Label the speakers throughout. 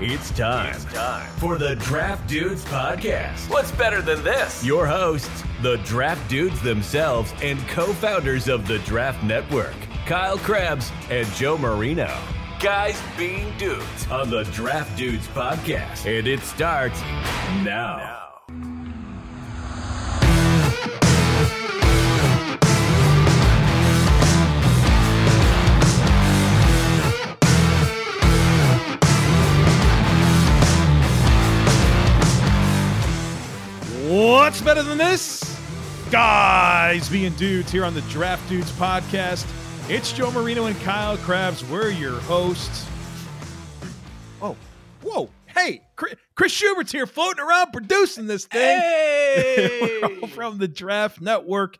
Speaker 1: It's time, for the Draft Dudes Podcast.
Speaker 2: What's better than this?
Speaker 1: Your hosts, the Draft Dudes themselves and co founders of the Draft Network, Kyle Krabs and Joe Marino,
Speaker 2: Guys being dudes.
Speaker 1: on the Draft Dudes Podcast. And it starts now.
Speaker 3: What's better than this? Guys being dudes here on the Draft Dudes podcast. It's Joe Marino and Kyle Krabs. We're your hosts. Oh, whoa. Hey, Chris, Chris Schubert's here floating around producing this thing. We're all from the Draft Network.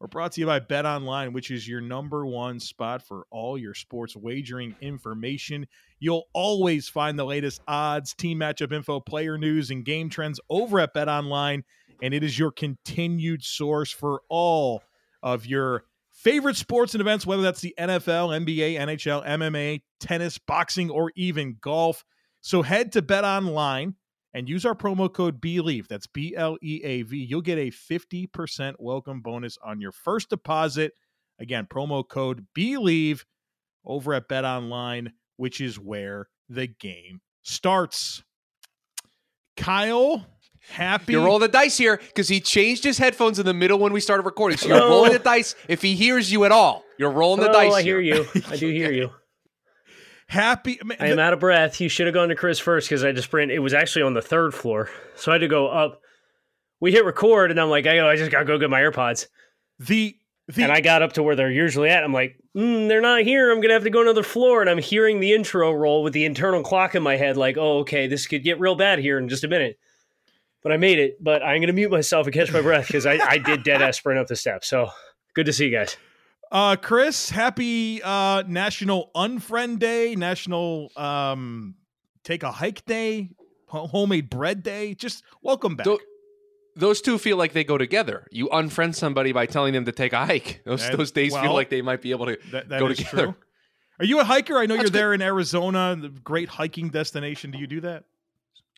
Speaker 3: We're brought to you by Bet Online, which is your number one spot for all your sports wagering information. You'll always find the latest odds, team matchup info, player news, and game trends over at Bet Online, and it is your continued source for all of your favorite sports and events, whether that's the NFL, NBA, NHL, MMA, tennis, boxing, or even golf. So head to Bet Online and use our promo code BELIEVE. That's B L E A V. You'll get a 50% welcome bonus on your first deposit. Again, promo code BELIEVE over at Bet Online, which is where the game starts. Kyle, happy.
Speaker 4: You're rolling the dice here because he changed his headphones in the middle when we started recording. So you're rolling the dice if he hears you at all. You're rolling the
Speaker 5: Hello,
Speaker 4: dice.
Speaker 5: Oh. I hear
Speaker 4: here.
Speaker 5: you. I do hear you.
Speaker 3: happy. man,
Speaker 5: I am out of breath. You should have gone to Chris first because I just sprint. It was actually on the third floor, so I had to go up. We hit record, and I'm like, I, I just gotta go get my AirPods.
Speaker 3: the the
Speaker 5: And I got up to where they're usually at. I'm like, mm, they're not here. I'm gonna have to go another floor. And I'm hearing the intro roll with the internal clock in my head, like, oh, okay, this could get real bad here in just a minute. But I made it. But I'm gonna mute myself and catch my breath because I, I did dead ass sprint up the steps. So good to see you guys.
Speaker 3: Uh, Chris, happy uh, National Unfriend Day, National um, Take a Hike Day, ho- Homemade Bread Day. Just welcome back.
Speaker 4: Tho- Those two feel like they go together. You unfriend somebody by telling them to take a hike. Those,
Speaker 3: That-
Speaker 4: those days
Speaker 3: well,
Speaker 4: feel like they might be able to
Speaker 3: that that
Speaker 4: go
Speaker 3: is
Speaker 4: together.
Speaker 3: true. Are you a hiker? I know you're
Speaker 4: That's good.
Speaker 3: there in Arizona, the great hiking destination. Do you do that?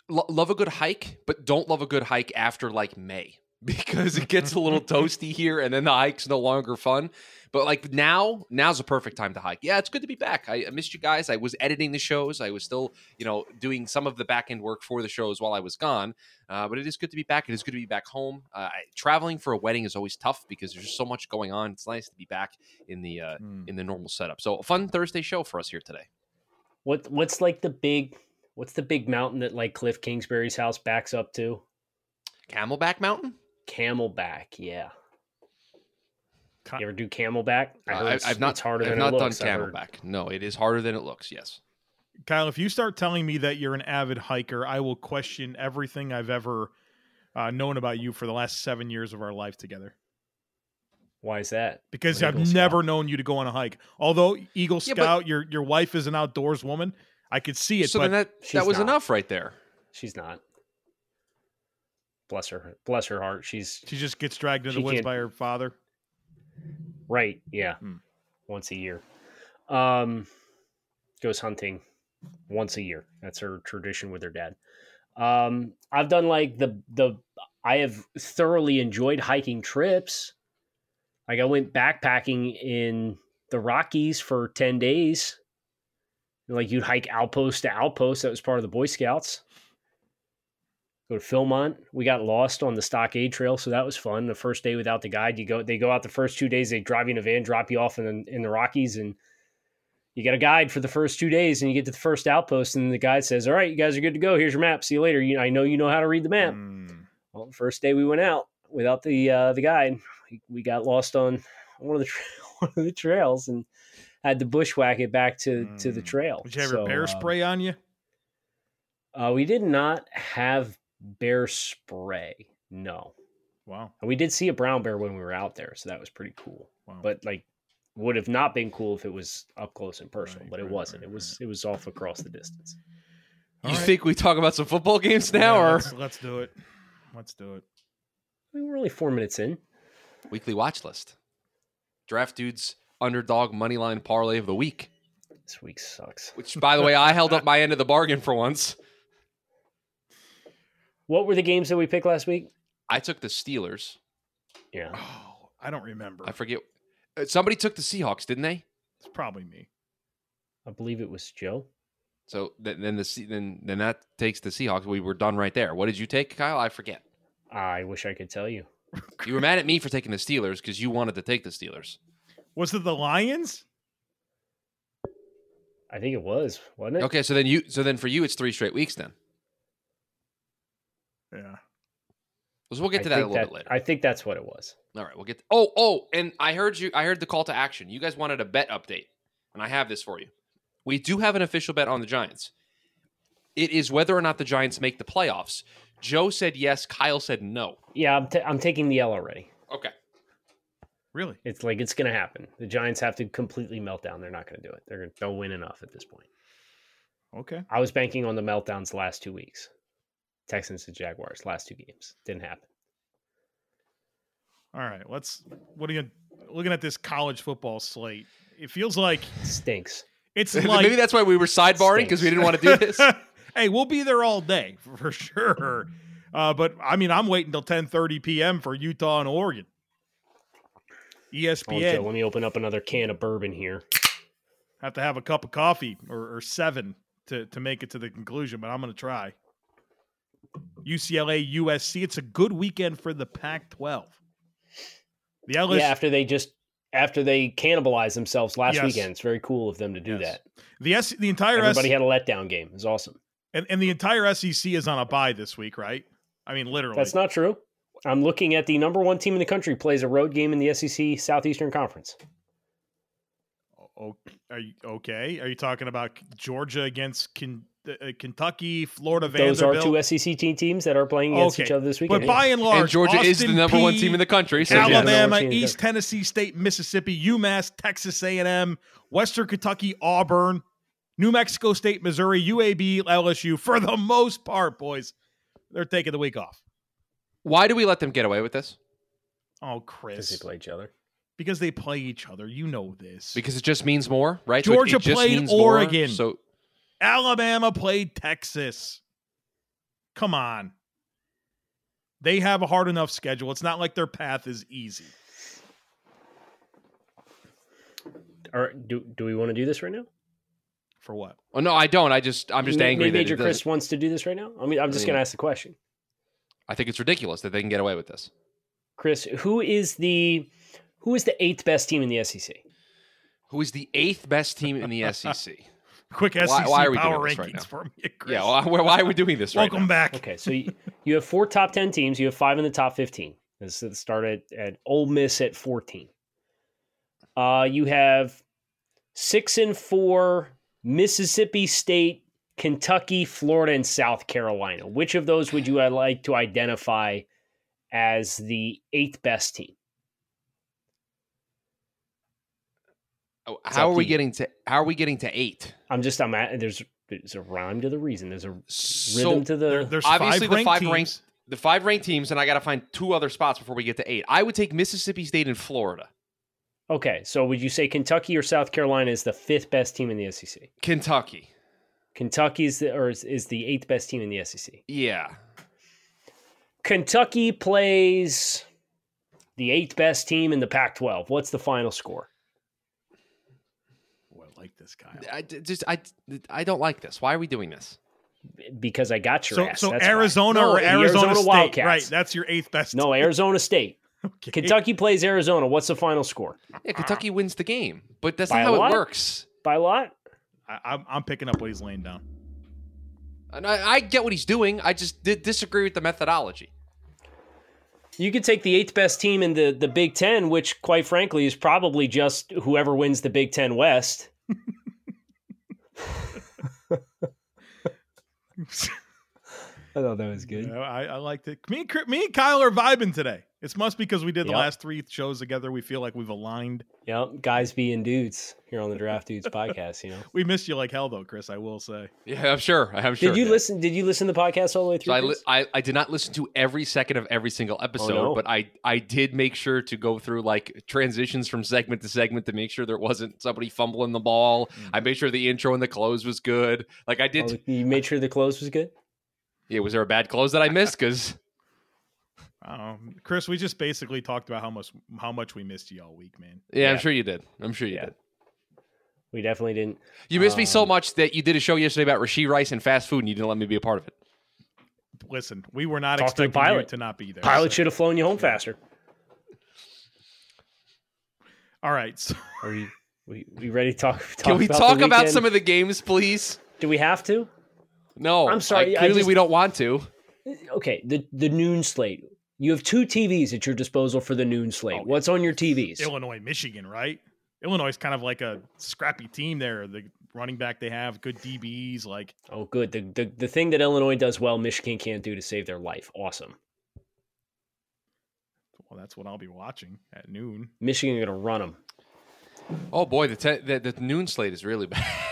Speaker 4: Lo- love a good hike, but don't love a good hike after like May because it gets a little toasty here and then the hike's no longer fun. But like now, now's the perfect time to hike. Yeah, it's good to be back. I, I missed you guys. I was editing the shows. I was still, you know, doing some of the back end work for the shows while I was gone. Uh, but it is good to be back. It is good to be back home. Uh, I, traveling for a wedding is always tough because there's just so much going on. It's nice to be back in the uh, in the normal setup. So a fun Thursday show for us here today.
Speaker 5: What what's like the big what's the big mountain that like Cliff Kingsbury's house backs up to?
Speaker 4: Camelback Mountain.
Speaker 5: Camelback, yeah.
Speaker 3: Ca-
Speaker 5: you ever do Camelback?
Speaker 4: Uh,
Speaker 5: heard
Speaker 4: I-
Speaker 5: it's-
Speaker 4: I've not,
Speaker 5: it's harder
Speaker 4: I've
Speaker 5: than
Speaker 4: not
Speaker 5: it looks.
Speaker 4: done
Speaker 5: I heard.
Speaker 4: Camelback. No, it is harder than it looks. Yes.
Speaker 3: Kyle, if you start telling me that you're an avid hiker, I will question everything I've ever uh, known about you for the last seven years of our life together.
Speaker 5: Why is that?
Speaker 3: Because
Speaker 5: An
Speaker 3: I've
Speaker 5: Eagle Scout.
Speaker 3: never known you to go on a hike. Although Eagle
Speaker 4: Yeah,
Speaker 3: Scout,
Speaker 4: but-
Speaker 3: your your wife is an outdoors woman. I could see it,
Speaker 4: so
Speaker 3: but
Speaker 4: then that
Speaker 5: she's
Speaker 4: that was
Speaker 5: not.
Speaker 4: enough right there.
Speaker 5: She's not. Bless her. Bless her heart. She's
Speaker 3: she just gets dragged into the
Speaker 5: She
Speaker 3: woods
Speaker 5: can't-
Speaker 3: by her father.
Speaker 5: right. Yeah.
Speaker 3: Hmm.
Speaker 5: Once a year. Um goes hunting once a year. That's her tradition with her dad. Um I've done like the the I have thoroughly enjoyed hiking trips. Like I went backpacking in the Rockies for 10 days. And, Like you'd hike outpost to outpost. That was part of the Boy Scouts. Go to Philmont. We got lost on the Stockade Trail, so that was fun. The first day without the guide, you go. They go out the first two days. They drive you in a van, drop you off in the, in the Rockies, and you get a guide for the first two days. And you get to the first outpost, and the guide says, "All right, you guys are good to go. Here's your map. See you later. You, I know you know how to read the map."
Speaker 3: Mm.
Speaker 5: Well, the first day we went out without the uh, the guide, we, we got lost on one of the tra- one of the trails and had to bushwhack it back to to the
Speaker 3: Mm.
Speaker 5: trail.
Speaker 3: Did you have
Speaker 5: So,
Speaker 3: your bear
Speaker 5: uh,
Speaker 3: spray on you?
Speaker 5: Uh, we did not have bear spray. No,
Speaker 3: Wow.
Speaker 5: and we did see a brown bear when we were out there, so that was pretty cool.
Speaker 3: Wow.
Speaker 5: But like, would have not been cool if it was up close and personal.
Speaker 3: Right,
Speaker 5: but it
Speaker 3: right,
Speaker 5: wasn't.
Speaker 3: right,
Speaker 5: it was it was off across the distance.
Speaker 3: All
Speaker 4: you
Speaker 3: right.
Speaker 4: think we talk about some football games now,
Speaker 3: Yeah,
Speaker 4: or
Speaker 3: let's, let's do it. Let's do it.
Speaker 5: I mean, we're only four minutes in.
Speaker 4: weekly watch list? Draft dudes underdog money line parlay of the week.
Speaker 5: This week sucks.
Speaker 4: Which, by the way, I held up my end of the bargain for once.
Speaker 5: What were the games that we picked last week?
Speaker 4: I took the Steelers.
Speaker 5: Yeah.
Speaker 3: Oh, I don't remember.
Speaker 4: I forget. uh, Somebody took the Seahawks, didn't they?
Speaker 3: It's probably me.
Speaker 5: I believe it was Joe.
Speaker 4: So th- then the Se- then then that takes the Seahawks. We were done right there. What did you take, Kyle? I forget.
Speaker 5: I wish I could tell you.
Speaker 4: You were mad at me for taking the Steelers because you wanted to take the Steelers.
Speaker 3: Was it the Lions?
Speaker 5: I think it was, wasn't it?
Speaker 4: Okay, so then you so then for you it's three straight weeks then.
Speaker 3: Yeah.
Speaker 4: So we'll get
Speaker 5: I
Speaker 4: to that a
Speaker 5: think
Speaker 4: little bit
Speaker 5: that-
Speaker 4: later.
Speaker 5: I think that's what it was.
Speaker 4: All right, we'll get. oh, oh, and I heard you. I heard the call to action. You guys wanted a bet update, and I have this for you. We do have an official bet on the Giants. It is whether or not the Giants make the playoffs. Joe said yes. Kyle said no.
Speaker 5: Yeah, I'm, ta- I'm taking the L already.
Speaker 4: Okay.
Speaker 3: Really?
Speaker 5: It's like it's going to happen. The Giants have to completely melt down. They're not going to do it. They're going to they'll win enough at this point.
Speaker 3: Okay.
Speaker 5: I was banking on the meltdowns last two weeks. Texans and Jaguars last two games didn't happen.
Speaker 3: All right. Let's. What are you looking at this college football slate? It feels like
Speaker 5: Stinks.
Speaker 3: it's like
Speaker 4: Maybe that's why we were sidebarring because we didn't want to do this.
Speaker 3: hey, we'll be there all day for sure. Uh, but I mean, I'm waiting till 10:30 p.m. for Utah and Oregon. E
Speaker 5: Oh, Joe,
Speaker 3: ESPN
Speaker 5: let me open up another can of bourbon here.
Speaker 3: have to have a cup of coffee or, or seven to to make it to the conclusion. But I'm going to try. UCLA, USC. It's a good weekend for the Pac-12. The LSU,
Speaker 5: yeah, after they just after they cannibalized themselves last
Speaker 3: Yes.
Speaker 5: weekend. It's very cool of them to do
Speaker 3: Yes.
Speaker 5: that.
Speaker 3: the S, the entire S,
Speaker 5: Everybody had a letdown game. It's awesome.
Speaker 3: and, and the entire SEC is on a bye this week, right? I mean, literally.
Speaker 5: That's not true. I'm looking at the number one team in the country plays a road game in the SEC Southeastern Conference.
Speaker 3: O- Are you okay? Are you talking about Georgia against Ken, uh, Kentucky, Florida,
Speaker 5: Those are
Speaker 3: Vanderbilt?
Speaker 5: two Sec te- teams that are playing against each
Speaker 3: Okay,
Speaker 5: other this weekend.
Speaker 3: but by and large,
Speaker 4: and Georgia is the
Speaker 3: Austin
Speaker 4: number one
Speaker 3: Peay,
Speaker 4: team in the country. So yeah.
Speaker 5: Alabama-
Speaker 3: Alabama,
Speaker 5: Yeah.
Speaker 3: East Tennessee State, Mississippi, UMass, Texas A&M, Western Kentucky, Auburn, New Mexico State, Missouri, UAB, LSU. For the most part, boys, they're taking the week off.
Speaker 4: Why do we let them get away with this?
Speaker 3: Oh,
Speaker 5: Because
Speaker 3: Chris,
Speaker 5: they play each other.
Speaker 3: because they play each other. You know this.
Speaker 4: Because it just means more, right? So it-
Speaker 3: Georgia
Speaker 4: it just
Speaker 3: played
Speaker 4: means more,
Speaker 3: Oregon.
Speaker 4: so
Speaker 3: Alabama played Texas. Come on. They have a hard enough schedule. It's not like their path is easy.
Speaker 5: All right, do do we want to do this right now?
Speaker 3: For what?
Speaker 4: oh, no, I don't. I just I'm just
Speaker 5: Ma-
Speaker 4: angry.
Speaker 5: Maybe
Speaker 4: that it
Speaker 5: Major
Speaker 4: doesn't-
Speaker 5: Chris wants to do this right now. I mean, I'm just
Speaker 4: I mean-
Speaker 5: going to ask the question.
Speaker 4: I think it's ridiculous that they can get away with this.
Speaker 5: Chris, who is the who is the eighth best team in the E SEC?
Speaker 4: who is the eighth best team in the E SEC.
Speaker 3: Quick
Speaker 4: Why-
Speaker 3: SEC
Speaker 4: why are we
Speaker 3: power
Speaker 4: doing this
Speaker 3: rankings
Speaker 4: right now?
Speaker 3: for me, Chris.
Speaker 4: yeah, why, why are we doing this right
Speaker 3: Welcome
Speaker 4: now?
Speaker 3: back.
Speaker 5: Okay, so you, you have four top ten teams. You have five in the top fifteen. This is- start at, at Ole Miss at fourteen. Uh, you have six and four Mississippi State, Kentucky, Florida, and South Carolina. Which of those would you uh, like to identify as the eighth best team?
Speaker 4: Oh,
Speaker 5: It's
Speaker 4: How
Speaker 5: up
Speaker 4: are
Speaker 5: to
Speaker 4: we
Speaker 5: you.
Speaker 4: getting to how are we getting to eight?
Speaker 5: I'm just I'm at there's there's a rhyme to the reason. There's a
Speaker 4: So
Speaker 5: rhythm to
Speaker 3: There-
Speaker 5: the
Speaker 3: there's
Speaker 4: obviously
Speaker 3: five
Speaker 4: the
Speaker 3: ranked
Speaker 4: five
Speaker 3: teams.
Speaker 4: ranked- the five ranked teams, and I got to find two other spots before we get to eight. I would take Mississippi State and Florida,
Speaker 5: Okay, so would you say Kentucky or South Carolina is the fifth best team in the E SEC?
Speaker 4: Kentucky.
Speaker 5: Kentucky is the, or is, is the eighth best team in the SEC.
Speaker 4: Yeah,
Speaker 5: Kentucky plays the eighth best team in the Pac-12. What's the final score?
Speaker 3: Boy, I like this guy.
Speaker 4: I d- just I I don't like this. Why are we doing this?
Speaker 5: Because I got your
Speaker 3: So,
Speaker 5: ass.
Speaker 3: so
Speaker 5: that's why.
Speaker 3: Arizona
Speaker 5: No,
Speaker 3: or
Speaker 5: the
Speaker 3: Arizona,
Speaker 5: Arizona
Speaker 3: State,
Speaker 5: Wildcats.
Speaker 3: right? That's your eighth best.
Speaker 5: No, Arizona State.
Speaker 3: Okay.
Speaker 5: Kentucky plays Arizona. What's the final score?
Speaker 4: Yeah, Kentucky wins the game, but that's
Speaker 5: By
Speaker 4: not
Speaker 5: a
Speaker 4: how
Speaker 5: lot?
Speaker 4: it works.
Speaker 5: By a lot?
Speaker 3: I, I'm, I'm picking up what he's laying down.
Speaker 4: And I, I get what he's doing. I just did disagree with the methodology.
Speaker 5: You could take the eighth best team in the, the Big Ten, which, quite frankly, is probably just whoever wins the Big Ten West. I thought that was good.
Speaker 3: Yeah, I, I liked it. Me and, Chris- me and Kyle are vibing today. It must be because we did the
Speaker 5: Yep.
Speaker 3: last three shows together. We feel like we've aligned.
Speaker 5: Yep, guys being dudes here on the Draft Dudes podcast. You know,
Speaker 3: We missed you like hell, though, Chris. I will say.
Speaker 4: Yeah, I'm sure. I'm sure.
Speaker 5: did you
Speaker 4: Yeah.
Speaker 5: listen? Did you listen to the podcast all the way
Speaker 4: So
Speaker 5: through?
Speaker 4: I, li-
Speaker 5: Chris?
Speaker 4: I I did not listen to every second of every single episode,
Speaker 5: Oh, no.
Speaker 4: but I I did make sure to go through like transitions from segment to segment to make sure there wasn't somebody fumbling the
Speaker 5: Mm-hmm.
Speaker 4: ball. I Oh, made sure the intro and the close was good. Like I did.
Speaker 5: Oh, you made sure the close was good.
Speaker 4: Yeah, was there a bad close that I missed? Because
Speaker 3: I don't know. Um, Chris, we just basically talked about how much how much we missed you all week, man.
Speaker 4: yeah, I'm
Speaker 5: Yeah.
Speaker 4: sure you did. I'm sure you
Speaker 5: Yeah.
Speaker 4: did.
Speaker 5: We definitely didn't.
Speaker 4: You missed me so
Speaker 5: Um,
Speaker 4: much that you did a show yesterday about Rasheed Rice and fast food, and you didn't let me be a part of it.
Speaker 3: Listen, we were not
Speaker 5: Talk to the
Speaker 3: expecting you
Speaker 5: pilot.
Speaker 3: to not be there.
Speaker 5: Pilot
Speaker 3: so-
Speaker 5: should have flown you home faster.
Speaker 3: All right. So
Speaker 5: Are you? We, we ready to talk? talk
Speaker 4: Can we
Speaker 5: about
Speaker 4: talk
Speaker 5: the
Speaker 4: about
Speaker 5: weekend?
Speaker 4: some of the games, please?
Speaker 5: Do we have to?
Speaker 4: No,
Speaker 5: I'm sorry, I
Speaker 4: clearly,
Speaker 5: just-
Speaker 4: we don't want to.
Speaker 5: Okay. The the noon slate. You have two TVs at your disposal for the noon slate.
Speaker 3: Oh, yeah.
Speaker 5: What's on your TVs?
Speaker 3: Illinois, Michigan, right? Illinois is kind of like a scrappy team there. The running back they have, good DBs, like
Speaker 5: Oh, good. The, the the thing that Illinois does well, Michigan can't do to save their life. Awesome.
Speaker 3: well, that's what I'll be watching at noon.
Speaker 5: Michigan gonna run them.
Speaker 4: Oh boy, the te- the, the noon slate is really bad.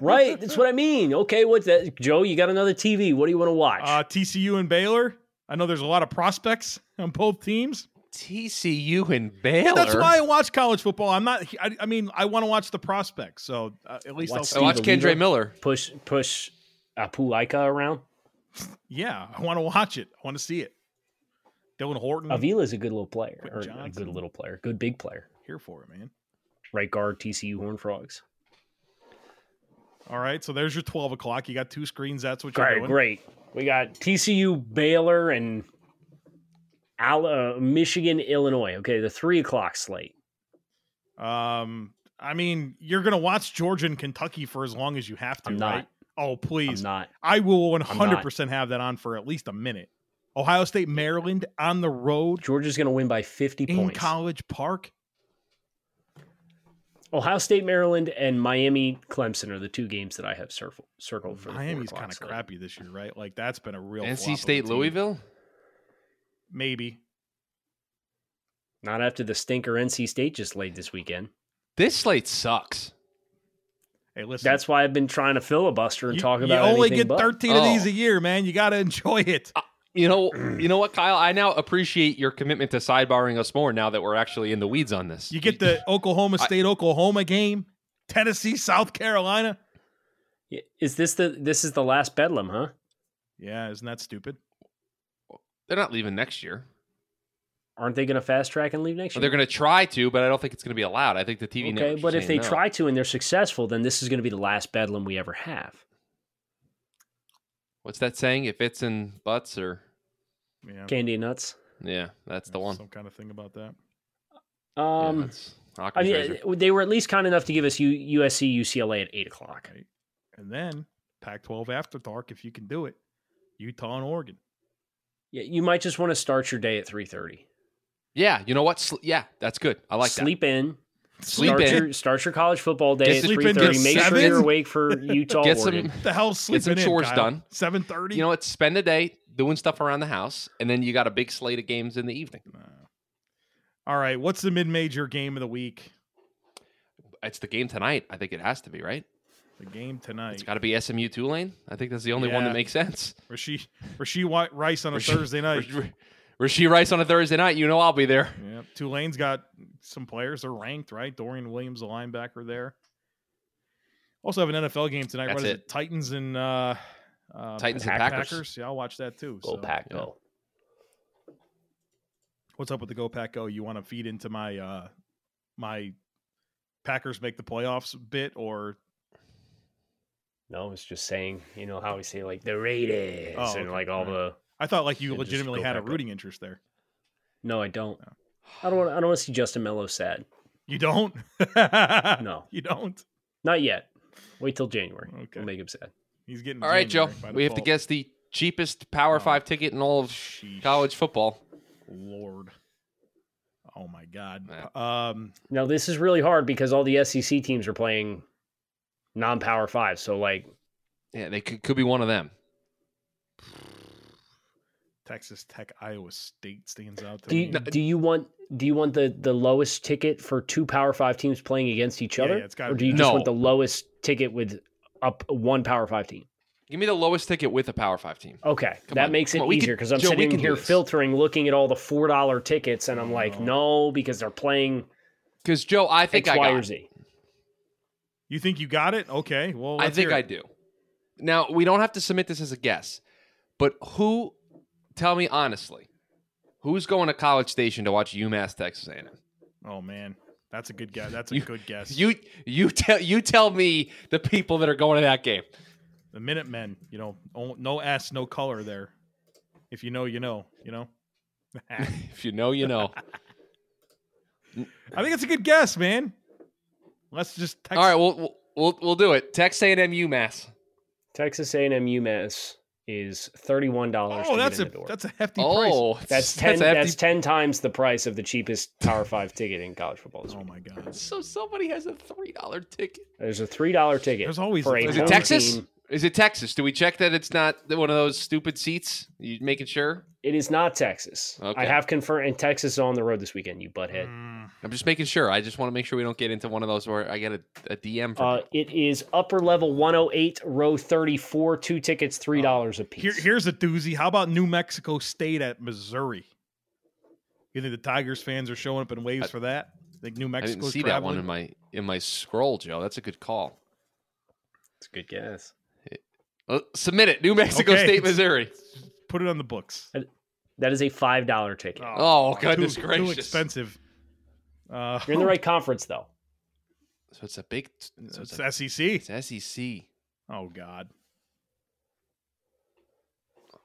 Speaker 5: Right. That's what I mean. Okay. What's that? Joe, you got another TV. What do you want to watch?
Speaker 3: Uh, TCU and Baylor. I know there's a lot of prospects on both teams.
Speaker 4: TCU and Baylor.
Speaker 3: That's why I watch college football. I'm not. I, I mean, I want to watch the prospects. So uh, at least
Speaker 5: What's
Speaker 4: I
Speaker 3: I'll.
Speaker 5: the-
Speaker 4: watch Kendra Miller.
Speaker 5: push push uh, Pulaika around.
Speaker 3: yeah, I want to watch it. I want to see it. Dylan Horton,
Speaker 5: Avila's a good little player.
Speaker 3: Quentin
Speaker 5: Or a
Speaker 3: Hmm. Johnson.
Speaker 5: good little player. Good big player.
Speaker 3: here for it, man.
Speaker 5: Right guard TCU Horn Frogs.
Speaker 3: All right, so there's your 12 o'clock. You got two screens. That's what you're
Speaker 5: Great,
Speaker 3: doing.
Speaker 5: great. We got TCU Baylor and Al- uh, Michigan Illinois. Okay, the three o'clock slate.
Speaker 3: Um, I mean, you're gonna watch Georgia and Kentucky for as long as you have to,
Speaker 5: I'm not.
Speaker 3: right? Oh,
Speaker 5: I'm
Speaker 3: please!
Speaker 5: not.
Speaker 3: I will 100 percent have that on for at least a minute. Ohio State, Maryland on the road
Speaker 5: Georgia's going to win by 50
Speaker 3: in
Speaker 5: points.
Speaker 3: College Park.
Speaker 5: Ohio State, Maryland, and Miami, Clemson are the two games that I have circled, circled for. the four
Speaker 3: Miami's
Speaker 5: o'clock
Speaker 3: kind of
Speaker 5: slate.
Speaker 3: crappy this year, right? Like that's been a real flop of a
Speaker 4: NC State,
Speaker 3: team.
Speaker 4: Louisville.
Speaker 3: Maybe
Speaker 5: Not after the stinker NC State just laid this weekend.
Speaker 4: This slate sucks.
Speaker 3: hey, listen,
Speaker 5: That's why I've been trying to filibuster and
Speaker 3: you,
Speaker 5: talk
Speaker 3: you
Speaker 5: about.
Speaker 3: only
Speaker 5: anything
Speaker 3: get
Speaker 5: but. Uh,
Speaker 3: 13 of these
Speaker 4: Oh.
Speaker 3: a year, man. You got to enjoy it.
Speaker 4: You know, you know what, Kyle? I now appreciate your commitment to sidebarring us more now that we're actually in the weeds on this.
Speaker 3: You get the Oklahoma
Speaker 4: I-
Speaker 3: State, Oklahoma game, Tennessee, South Carolina.
Speaker 5: Y- Is this the this is the last bedlam, huh?
Speaker 3: Yeah, isn't that stupid?
Speaker 4: They're not leaving next year.
Speaker 5: Aren't they going to fast track and leave next year?
Speaker 4: They're going to try to, but I don't think it's going to be allowed. I think the TV.
Speaker 5: okay,
Speaker 4: networks are
Speaker 5: but if they
Speaker 4: saying no.
Speaker 5: try to and they're successful, then this is going to be the last bedlam we ever have.
Speaker 4: what's that saying? If it's in butts or
Speaker 3: Yeah,
Speaker 5: Candy and nuts.
Speaker 4: yeah, that's the
Speaker 3: there's
Speaker 4: one.
Speaker 3: Some kind of thing about that.
Speaker 4: Yeah,
Speaker 5: Um,
Speaker 4: that's Occam's
Speaker 5: I mean,
Speaker 4: razor.
Speaker 5: uh, they were at least kind enough to give us U- USC UCLA at eight o'clock.
Speaker 3: Right. And then Pac 12 after dark, if you can do it, Utah and Oregon.
Speaker 5: Yeah, you might just want to start your day at three thirty.
Speaker 4: yeah, you know what? Sl- yeah, that's good. I like that.
Speaker 5: sleep in.
Speaker 4: Sleep
Speaker 5: start
Speaker 4: in.
Speaker 5: Your, start your college football day
Speaker 4: Get
Speaker 5: at
Speaker 4: sleep
Speaker 5: three
Speaker 3: in,
Speaker 5: thirty.
Speaker 3: get
Speaker 5: Make sure
Speaker 3: seven.
Speaker 5: you're awake for Utah.
Speaker 4: Get
Speaker 5: Oregon.
Speaker 4: some.
Speaker 3: The hell's
Speaker 4: Get some
Speaker 3: sleeping
Speaker 4: chores
Speaker 3: in,
Speaker 4: done.
Speaker 3: Seven thirty.
Speaker 4: You know what? Spend the day doing stuff around the house, and then you got a big slate of games in the evening.
Speaker 3: All right. What's the mid-major game of the week?
Speaker 4: It's the game tonight. I think it has to be right.
Speaker 3: The game
Speaker 4: It's
Speaker 3: tonight.
Speaker 4: got to be SMU Tulane. I think that's the only one
Speaker 3: Yeah.
Speaker 4: that makes sense.
Speaker 3: Rasheed Rasheed Wa- Rice on a
Speaker 4: Rasheed-
Speaker 3: Thursday night.
Speaker 4: Rasheed Rasheed Rice on a Thursday night. You know I'll be there.
Speaker 3: Yep. Tulane's got some players. They're ranked, right? Dorian Williams, the linebacker there. Also have an NFL game tonight.
Speaker 4: That's
Speaker 3: what is it?
Speaker 4: it.
Speaker 3: Titans and uh, uh,
Speaker 4: Titans and
Speaker 3: Packers.
Speaker 4: Packers.
Speaker 3: Yeah, I'll watch that too.
Speaker 5: Go
Speaker 3: so.
Speaker 5: pack.
Speaker 4: yeah.
Speaker 5: Go.
Speaker 3: what's up with the go pack go you want to feed into my uh my packers make the playoffs bit or
Speaker 5: No, it's just saying. You know how we say like the Raiders
Speaker 3: Oh, okay,
Speaker 5: and like all
Speaker 3: all
Speaker 5: the.
Speaker 3: i thought like you
Speaker 5: Yeah, just
Speaker 3: legitimately
Speaker 5: Go
Speaker 3: had a
Speaker 5: Pack Go.
Speaker 3: rooting interest there
Speaker 5: No, I don't.
Speaker 3: No.
Speaker 5: I don't want. I don't want to see Justin Mello sad.
Speaker 3: you don't
Speaker 5: No.
Speaker 3: you don't
Speaker 5: Not yet. Wait till January.
Speaker 3: Okay.
Speaker 5: We'll make him sad.
Speaker 3: he's getting
Speaker 4: All right, Joe.
Speaker 3: January by
Speaker 4: We have to
Speaker 3: default.
Speaker 4: guess the cheapest Power
Speaker 3: Oh.
Speaker 4: Five ticket in all of
Speaker 3: Sheesh.
Speaker 4: college football.
Speaker 3: lord oh my god
Speaker 4: Nah.
Speaker 3: um
Speaker 5: Now this is really hard because all the SEC teams are playing non-power five. So like,
Speaker 4: Yeah, they could, could be one of them.
Speaker 3: texas tech iowa state stands out to
Speaker 5: do
Speaker 3: me
Speaker 5: you, do you want do you want the the lowest ticket for two power five teams playing against each
Speaker 3: Yeah,
Speaker 5: other,
Speaker 3: yeah, it's gotta
Speaker 5: or
Speaker 3: be
Speaker 5: do you
Speaker 4: that.
Speaker 5: just
Speaker 4: No.
Speaker 5: want the lowest ticket with up one power five team?
Speaker 4: Give me the lowest ticket with a Power Five team.
Speaker 5: Okay,
Speaker 4: Come
Speaker 5: that
Speaker 4: on,
Speaker 5: makes
Speaker 4: come
Speaker 5: it
Speaker 4: on, we
Speaker 5: easier
Speaker 4: can-
Speaker 5: because I'm
Speaker 4: Joe, we
Speaker 5: sitting
Speaker 4: can do
Speaker 5: here
Speaker 4: this.
Speaker 5: filtering, looking at all the four dollar tickets, and I'm like, no, because they're playing
Speaker 4: Because Joe, I think
Speaker 5: X,
Speaker 4: I
Speaker 5: Y,
Speaker 4: got.
Speaker 5: or
Speaker 4: it.
Speaker 5: Z.
Speaker 3: you think you got it okay well
Speaker 4: I
Speaker 3: let's
Speaker 4: think
Speaker 3: hear
Speaker 4: I
Speaker 3: it.
Speaker 4: do. Now we don't have to submit this as a guess, But who? Tell me honestly, who's going to College Station to watch UMass Texas A&M?
Speaker 3: Oh man, that's a good guess. That's a good guess.
Speaker 4: You you tell you tell me the people that are going to that game.
Speaker 3: the Minutemen, you know, o- no S, no color there. If you know, you know, you know. I
Speaker 4: If you know, you know.
Speaker 3: think it's a good guess, man. Let's just text.
Speaker 4: All right, we'll we'll- we'll we'll do it. Texas A&M UMass.
Speaker 5: Texas A&M UMass is thirty-one dollars.
Speaker 3: oh, that's a
Speaker 5: the door.
Speaker 3: that's a hefty price.
Speaker 4: Oh,
Speaker 5: That's
Speaker 4: a
Speaker 5: ten. That's,
Speaker 4: hefty-
Speaker 5: ten times the price of the cheapest Power Five ticket in college football. This
Speaker 3: Oh
Speaker 5: week.
Speaker 3: my god.
Speaker 4: so somebody has a three dollar ticket.
Speaker 5: There's a three dollar ticket.
Speaker 3: There's always
Speaker 5: for
Speaker 3: a
Speaker 5: a
Speaker 3: Is
Speaker 4: Is
Speaker 3: it
Speaker 4: it
Speaker 5: home
Speaker 4: Texas?
Speaker 5: team.
Speaker 4: Is it Texas? Do we check that it's not one of those stupid seats? You making sure?
Speaker 5: It is not Texas.
Speaker 4: Okay.
Speaker 5: I have confirmed, and Texas is on the road this weekend. You butthead.
Speaker 3: Mm,
Speaker 4: I'm just making sure. I just want to make sure we don't get into one of those where I get a, a DM from.
Speaker 5: Uh, it is upper level 108, row 34. Two tickets, three dollars a piece.
Speaker 3: Oh. here, here's a doozy. How about New Mexico State at Missouri? You think the Tigers fans are showing up in waves
Speaker 4: I-
Speaker 3: for that? Think New
Speaker 4: I didn't
Speaker 3: Mexico's
Speaker 4: see that one
Speaker 3: traveling?
Speaker 4: in my in my scroll, Joe. That's a good call.
Speaker 5: It's a good guess.
Speaker 4: Uh, submit it. New Mexico
Speaker 3: Okay.
Speaker 4: State, Missouri.
Speaker 3: Put it on the books.
Speaker 5: That is a five dollar ticket.
Speaker 4: Oh, goodness
Speaker 3: too,
Speaker 4: gracious.
Speaker 3: Too expensive. Uh,
Speaker 5: You're in the right conference though.
Speaker 4: So it's a big. So it's, a,
Speaker 3: It's E SEC.
Speaker 4: it's E SEC.
Speaker 3: Oh God.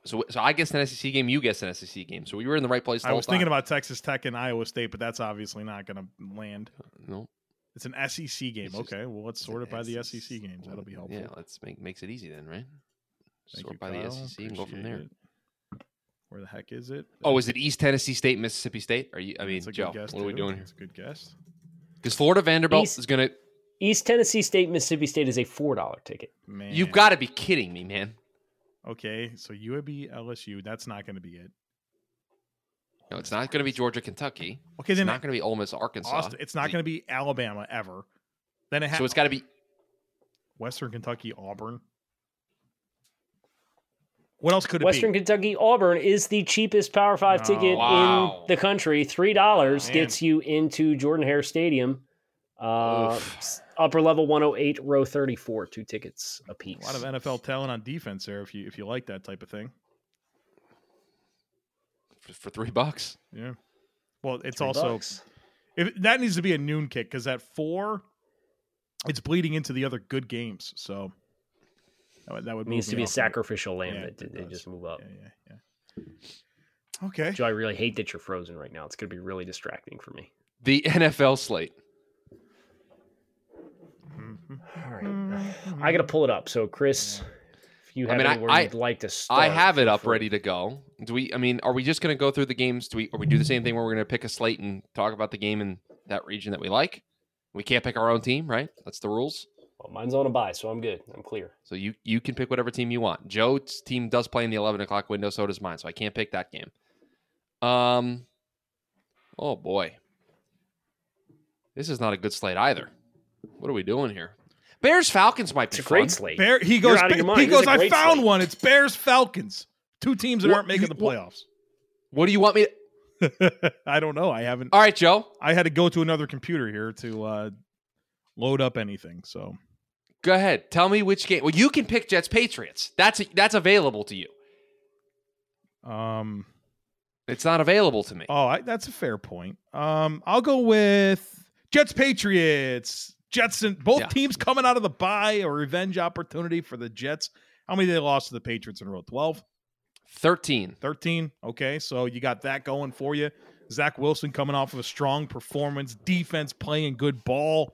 Speaker 4: So so I guessed an SEC game. You guessed an SEC game. So we were in the right place. The
Speaker 3: I
Speaker 4: whole
Speaker 3: was thinking
Speaker 4: time.
Speaker 3: about Texas Tech and Iowa State, but that's obviously not going to land.
Speaker 4: No,
Speaker 3: It's an SEC game.
Speaker 4: It's just-
Speaker 3: okay, well, let's
Speaker 4: it's
Speaker 3: sort
Speaker 4: an
Speaker 3: it by the
Speaker 4: S- E
Speaker 3: SEC games. That'll be helpful.
Speaker 4: Yeah, let's make makes it easy then, right?
Speaker 3: Thank
Speaker 4: sort
Speaker 3: you,
Speaker 4: by the
Speaker 3: Kyle.
Speaker 4: SEC and go from
Speaker 3: Appreciate
Speaker 4: there.
Speaker 3: it. Where the heck is it?
Speaker 4: Oh, is it East Tennessee State, Mississippi State? Are you? I mean,
Speaker 3: That's a good
Speaker 4: Joe, what
Speaker 3: guess,
Speaker 4: are we
Speaker 3: too.
Speaker 4: doing here?
Speaker 3: That's a good guess.
Speaker 4: Because Florida Vanderbilt
Speaker 5: East-
Speaker 4: is gonna.
Speaker 5: East Tennessee State, Mississippi State is a four dollar ticket.
Speaker 3: Man,
Speaker 4: You've got to be kidding me, man.
Speaker 3: okay. So UAB, LSU. That's not going to be it.
Speaker 4: No, it's not gonna be Georgia, Kentucky.
Speaker 3: Okay,
Speaker 4: It's
Speaker 3: then
Speaker 4: not gonna be Ole Miss, Arkansas.
Speaker 3: Austin. It's not going to be Alabama ever. Then it has
Speaker 4: So it's got to be.
Speaker 3: Western Kentucky, Auburn. What else could it
Speaker 5: Western
Speaker 3: be?
Speaker 5: Kentucky Auburn is the cheapest Power Five
Speaker 3: Oh,
Speaker 5: ticket
Speaker 4: wow.
Speaker 5: in the country. Three dollars
Speaker 3: Man.
Speaker 5: gets you into Jordan Hare Stadium. Uh,
Speaker 4: Oof.
Speaker 5: s- upper level 108, row 34. Two tickets apiece.
Speaker 3: A lot of NFL talent on defense there. If you if you like that type of thing.
Speaker 4: for- For three bucks,
Speaker 3: Yeah. Well, it's
Speaker 5: Three
Speaker 3: also
Speaker 5: bucks.
Speaker 3: if that needs to be a noon kick because at four, it's bleeding into the other good games. So that would, that would
Speaker 5: It needs
Speaker 3: move
Speaker 5: to
Speaker 3: me
Speaker 5: be a
Speaker 3: off of it.
Speaker 5: sacrificial lamb
Speaker 3: Yeah,
Speaker 5: that
Speaker 3: it
Speaker 5: they
Speaker 3: does.
Speaker 5: just move up.
Speaker 3: Yeah, yeah, yeah. Okay.
Speaker 5: Joe, I really hate that you're frozen right now. It's going to be really distracting for me.
Speaker 4: the NFL slate.
Speaker 5: All I got to pull it up. So, Chris, if you
Speaker 4: I
Speaker 5: have
Speaker 4: mean, I-
Speaker 5: anywhere
Speaker 4: I-
Speaker 5: you'd like to start,
Speaker 4: I have it
Speaker 5: feel
Speaker 4: up
Speaker 5: free.
Speaker 4: ready to go. Do we? I mean, are we just going to go through the games? Do we? Or we do the same thing where we're going to pick a slate and talk about the game in that region that we like? We can't pick our own team, right? That's the rules.
Speaker 5: Well, mine's on a buy, so I'm good. I'm clear.
Speaker 4: So you you can pick whatever team you want. Joe's team does play in the eleven o'clock window, so does mine. So I can't pick that game. Um. Oh boy, this is not a good slate either. What are we doing here? Bears Falcons might be
Speaker 5: It's a
Speaker 4: fun.
Speaker 5: great slate.
Speaker 3: Bear, he goes.
Speaker 5: out of your
Speaker 3: Ba-
Speaker 5: mind.
Speaker 3: He
Speaker 5: This is
Speaker 3: goes.
Speaker 5: a
Speaker 3: I
Speaker 5: great
Speaker 3: found
Speaker 5: slate."
Speaker 3: one. It's Bears Falcons. Two teams that
Speaker 4: What-
Speaker 3: aren't making
Speaker 4: you-
Speaker 3: the playoffs.
Speaker 4: What do you want me? To,
Speaker 3: I don't know. I haven't.
Speaker 4: all right, Joe.
Speaker 3: I had to go to another computer here to uh, load up anything. So
Speaker 4: Go ahead. Tell me which game. Well, you can pick Jets Patriots. That's that's available to you.
Speaker 3: um,
Speaker 4: It's not available to me.
Speaker 3: Oh, I, that's a fair point. Um, I'll go with Jets Patriots. Jets and both
Speaker 4: Yeah.
Speaker 3: teams coming out of the bye, a revenge opportunity for the Jets. How many they lost to the Patriots in a row? 12,
Speaker 4: 13.
Speaker 3: 13. Okay, so you got that going for you. Zach Wilson coming off of a strong performance, defense playing good ball.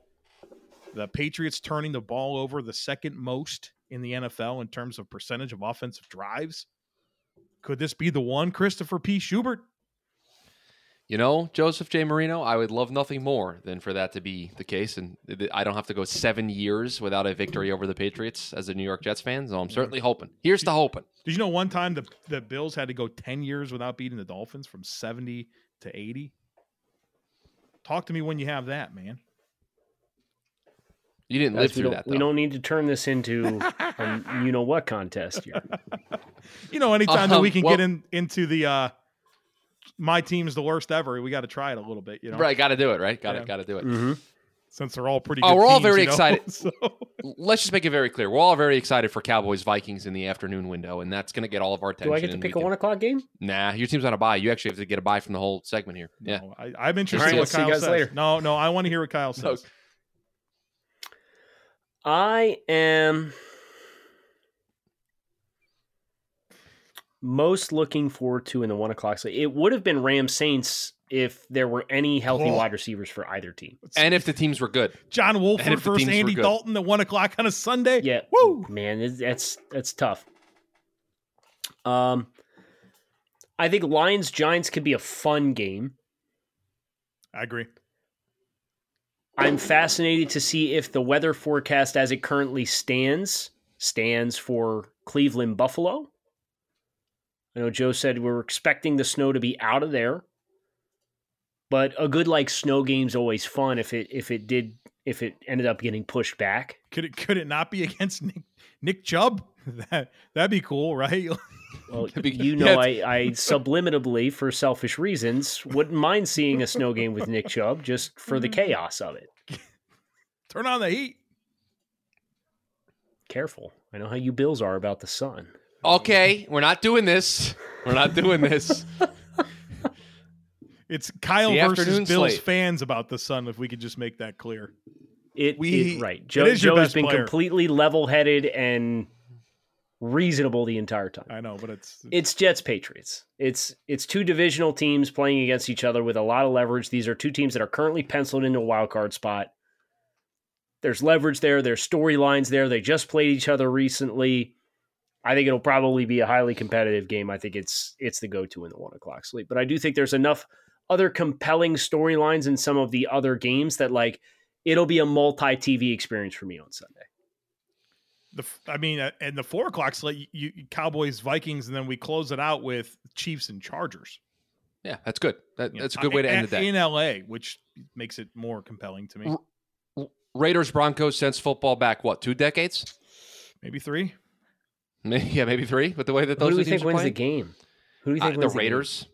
Speaker 3: The Patriots turning the ball over the second most in the NFL in terms of percentage of offensive drives. Could this be the one, Christopher P. Schubert?
Speaker 4: You know, Joseph J. Marino, I would love nothing more than for that to be the case. And th- th- I don't have to go seven years without a victory over the Patriots as a New York Jets fan. So I'm certainly hoping. Here's the hoping.
Speaker 3: Did you know one time the the Bills had to go ten years without beating the Dolphins from seventy to eighty? Talk to me when you have that, man.
Speaker 4: You didn't
Speaker 5: Guys,
Speaker 4: live
Speaker 5: we
Speaker 4: through
Speaker 5: don't-
Speaker 4: that,
Speaker 5: We
Speaker 4: though.
Speaker 5: don't need to turn this into a you know what contest. Here.
Speaker 3: You know, anytime that we
Speaker 4: Um,
Speaker 3: can
Speaker 4: well-
Speaker 3: get in into the uh my team's the worst ever, we got to try it a little bit. You know,
Speaker 4: Right. Got to do it, right? Got to
Speaker 3: Yeah.
Speaker 4: got to do it.
Speaker 3: since they're all pretty.
Speaker 4: Oh,
Speaker 3: good
Speaker 4: we're all
Speaker 3: teams,
Speaker 4: very
Speaker 3: you know?
Speaker 4: excited.
Speaker 3: So-
Speaker 4: Let's just make it very clear. We're all very excited for Cowboys Vikings in the afternoon window, and that's going to get all of our attention.
Speaker 5: Do I get to
Speaker 4: and
Speaker 5: pick
Speaker 4: we
Speaker 5: a
Speaker 4: can-
Speaker 5: one o'clock game?
Speaker 4: Nah, your team's on a buy. You actually have to get a buy from the whole segment here. Yeah.
Speaker 3: No, I, I'm interested
Speaker 5: All right,
Speaker 3: in
Speaker 5: we'll
Speaker 3: what
Speaker 5: see you
Speaker 3: Kyle
Speaker 5: guys
Speaker 3: says.
Speaker 5: later.
Speaker 3: No, no, I want to hear what Kyle
Speaker 4: No.
Speaker 3: says.
Speaker 5: I am most looking forward to in the one o'clock. So it would have been Rams Saints if there were any healthy
Speaker 3: Oh.
Speaker 5: wide receivers for either team.
Speaker 4: And if the teams were good,
Speaker 3: John
Speaker 4: And
Speaker 3: Wolford
Speaker 4: if the
Speaker 3: versus
Speaker 4: teams were
Speaker 3: Andy
Speaker 4: good.
Speaker 3: Dalton at one o'clock on a Sunday.
Speaker 5: Yeah.
Speaker 3: Woo!
Speaker 5: Man, it- that's that's tough. Um, I think Lions Giants could be a fun game.
Speaker 3: I agree.
Speaker 5: I'm fascinated to see if the weather forecast as it currently stands stands for Cleveland Buffalo. I know Joe said we are expecting the snow to be out of there. But a good like snow game's always fun if it if it did if it ended up getting pushed back.
Speaker 3: Could it could it not be against Nick Nick Chubb? That that'd be cool, right?
Speaker 5: Well,
Speaker 4: be-
Speaker 5: you know,
Speaker 4: yes.
Speaker 5: I, I subliminally, for selfish reasons, wouldn't mind seeing a snow game with Nick Chubb just for the chaos of it.
Speaker 3: Turn on the heat.
Speaker 5: Careful. I know how you Bills are about the sun.
Speaker 4: okay, we're not doing this. We're not doing this.
Speaker 3: It's Kyle
Speaker 4: The
Speaker 3: versus
Speaker 4: afternoon
Speaker 3: Bills
Speaker 4: slate.
Speaker 3: fans about the sun. If we could just make that clear.
Speaker 5: It,
Speaker 3: We-
Speaker 5: it- right.
Speaker 3: it
Speaker 5: Joe,
Speaker 3: is your
Speaker 5: Joe has
Speaker 3: best
Speaker 5: been
Speaker 3: player.
Speaker 5: completely level headed and reasonable the entire time.
Speaker 3: I know, but it's
Speaker 5: It's Jets Patriots. It's it's two divisional teams playing against each other with a lot of leverage. These are two teams that are currently penciled into a wild card spot. There's leverage there. There's storylines there. They just played each other recently. I think it'll probably be a highly competitive game. I think it's it's the go to in the one o'clock sleep. But I do think there's enough other compelling storylines in some of the other games that like it'll be a multi TV experience for me on Sunday.
Speaker 3: the f- I mean, uh, and the four o'clock slate, you, you Cowboys, Vikings, and then we close it out with Chiefs and Chargers.
Speaker 4: Yeah, that's good. That,
Speaker 3: You
Speaker 4: that's a
Speaker 3: know,
Speaker 4: good way to
Speaker 3: a-
Speaker 4: end the
Speaker 3: a-
Speaker 4: day.
Speaker 3: in LA, which makes it more compelling to me.
Speaker 4: Mm. Raiders Broncos since football back what two decades?
Speaker 3: Maybe three.
Speaker 4: May- Yeah, maybe three. But the way that
Speaker 5: Who
Speaker 4: those
Speaker 5: do
Speaker 4: two
Speaker 5: we
Speaker 4: teams
Speaker 5: think
Speaker 4: are
Speaker 5: wins the
Speaker 4: playing,
Speaker 5: game? Who do you
Speaker 4: Uh,
Speaker 5: think
Speaker 4: the
Speaker 5: wins game?
Speaker 4: Raiders,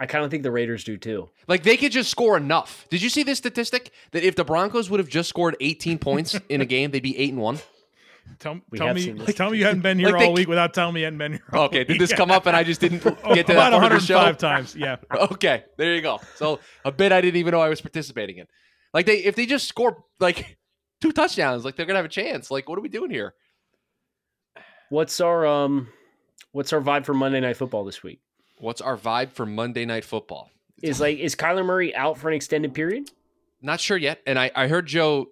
Speaker 5: I kind of think the Raiders do too.
Speaker 4: like they could just score enough. Did you see this statistic that if the Broncos would have just scored 18 points in a game, they'd be eight and one?
Speaker 3: Tell,
Speaker 5: We
Speaker 3: tell
Speaker 5: have
Speaker 3: me,
Speaker 5: seen this.
Speaker 3: tell me you hadn't been here
Speaker 4: Like they
Speaker 3: all
Speaker 4: c-
Speaker 3: week without telling me you hadn't been here. all
Speaker 4: Okay, did
Speaker 3: week.
Speaker 4: this come up and I just didn't get to
Speaker 3: about
Speaker 4: that part of the show?
Speaker 3: 105 times? Yeah,
Speaker 4: Okay, there you go. So a bit I didn't even know I was participating in. Like they, if they just score like two touchdowns, like they're gonna have a chance. Like what are we doing here?
Speaker 5: What's our um what's our vibe for Monday night football this week?
Speaker 4: What's our vibe for Monday Night Football?
Speaker 5: Is like is Kyler Murray out for an extended period?
Speaker 4: Not sure yet. And I, I heard Joe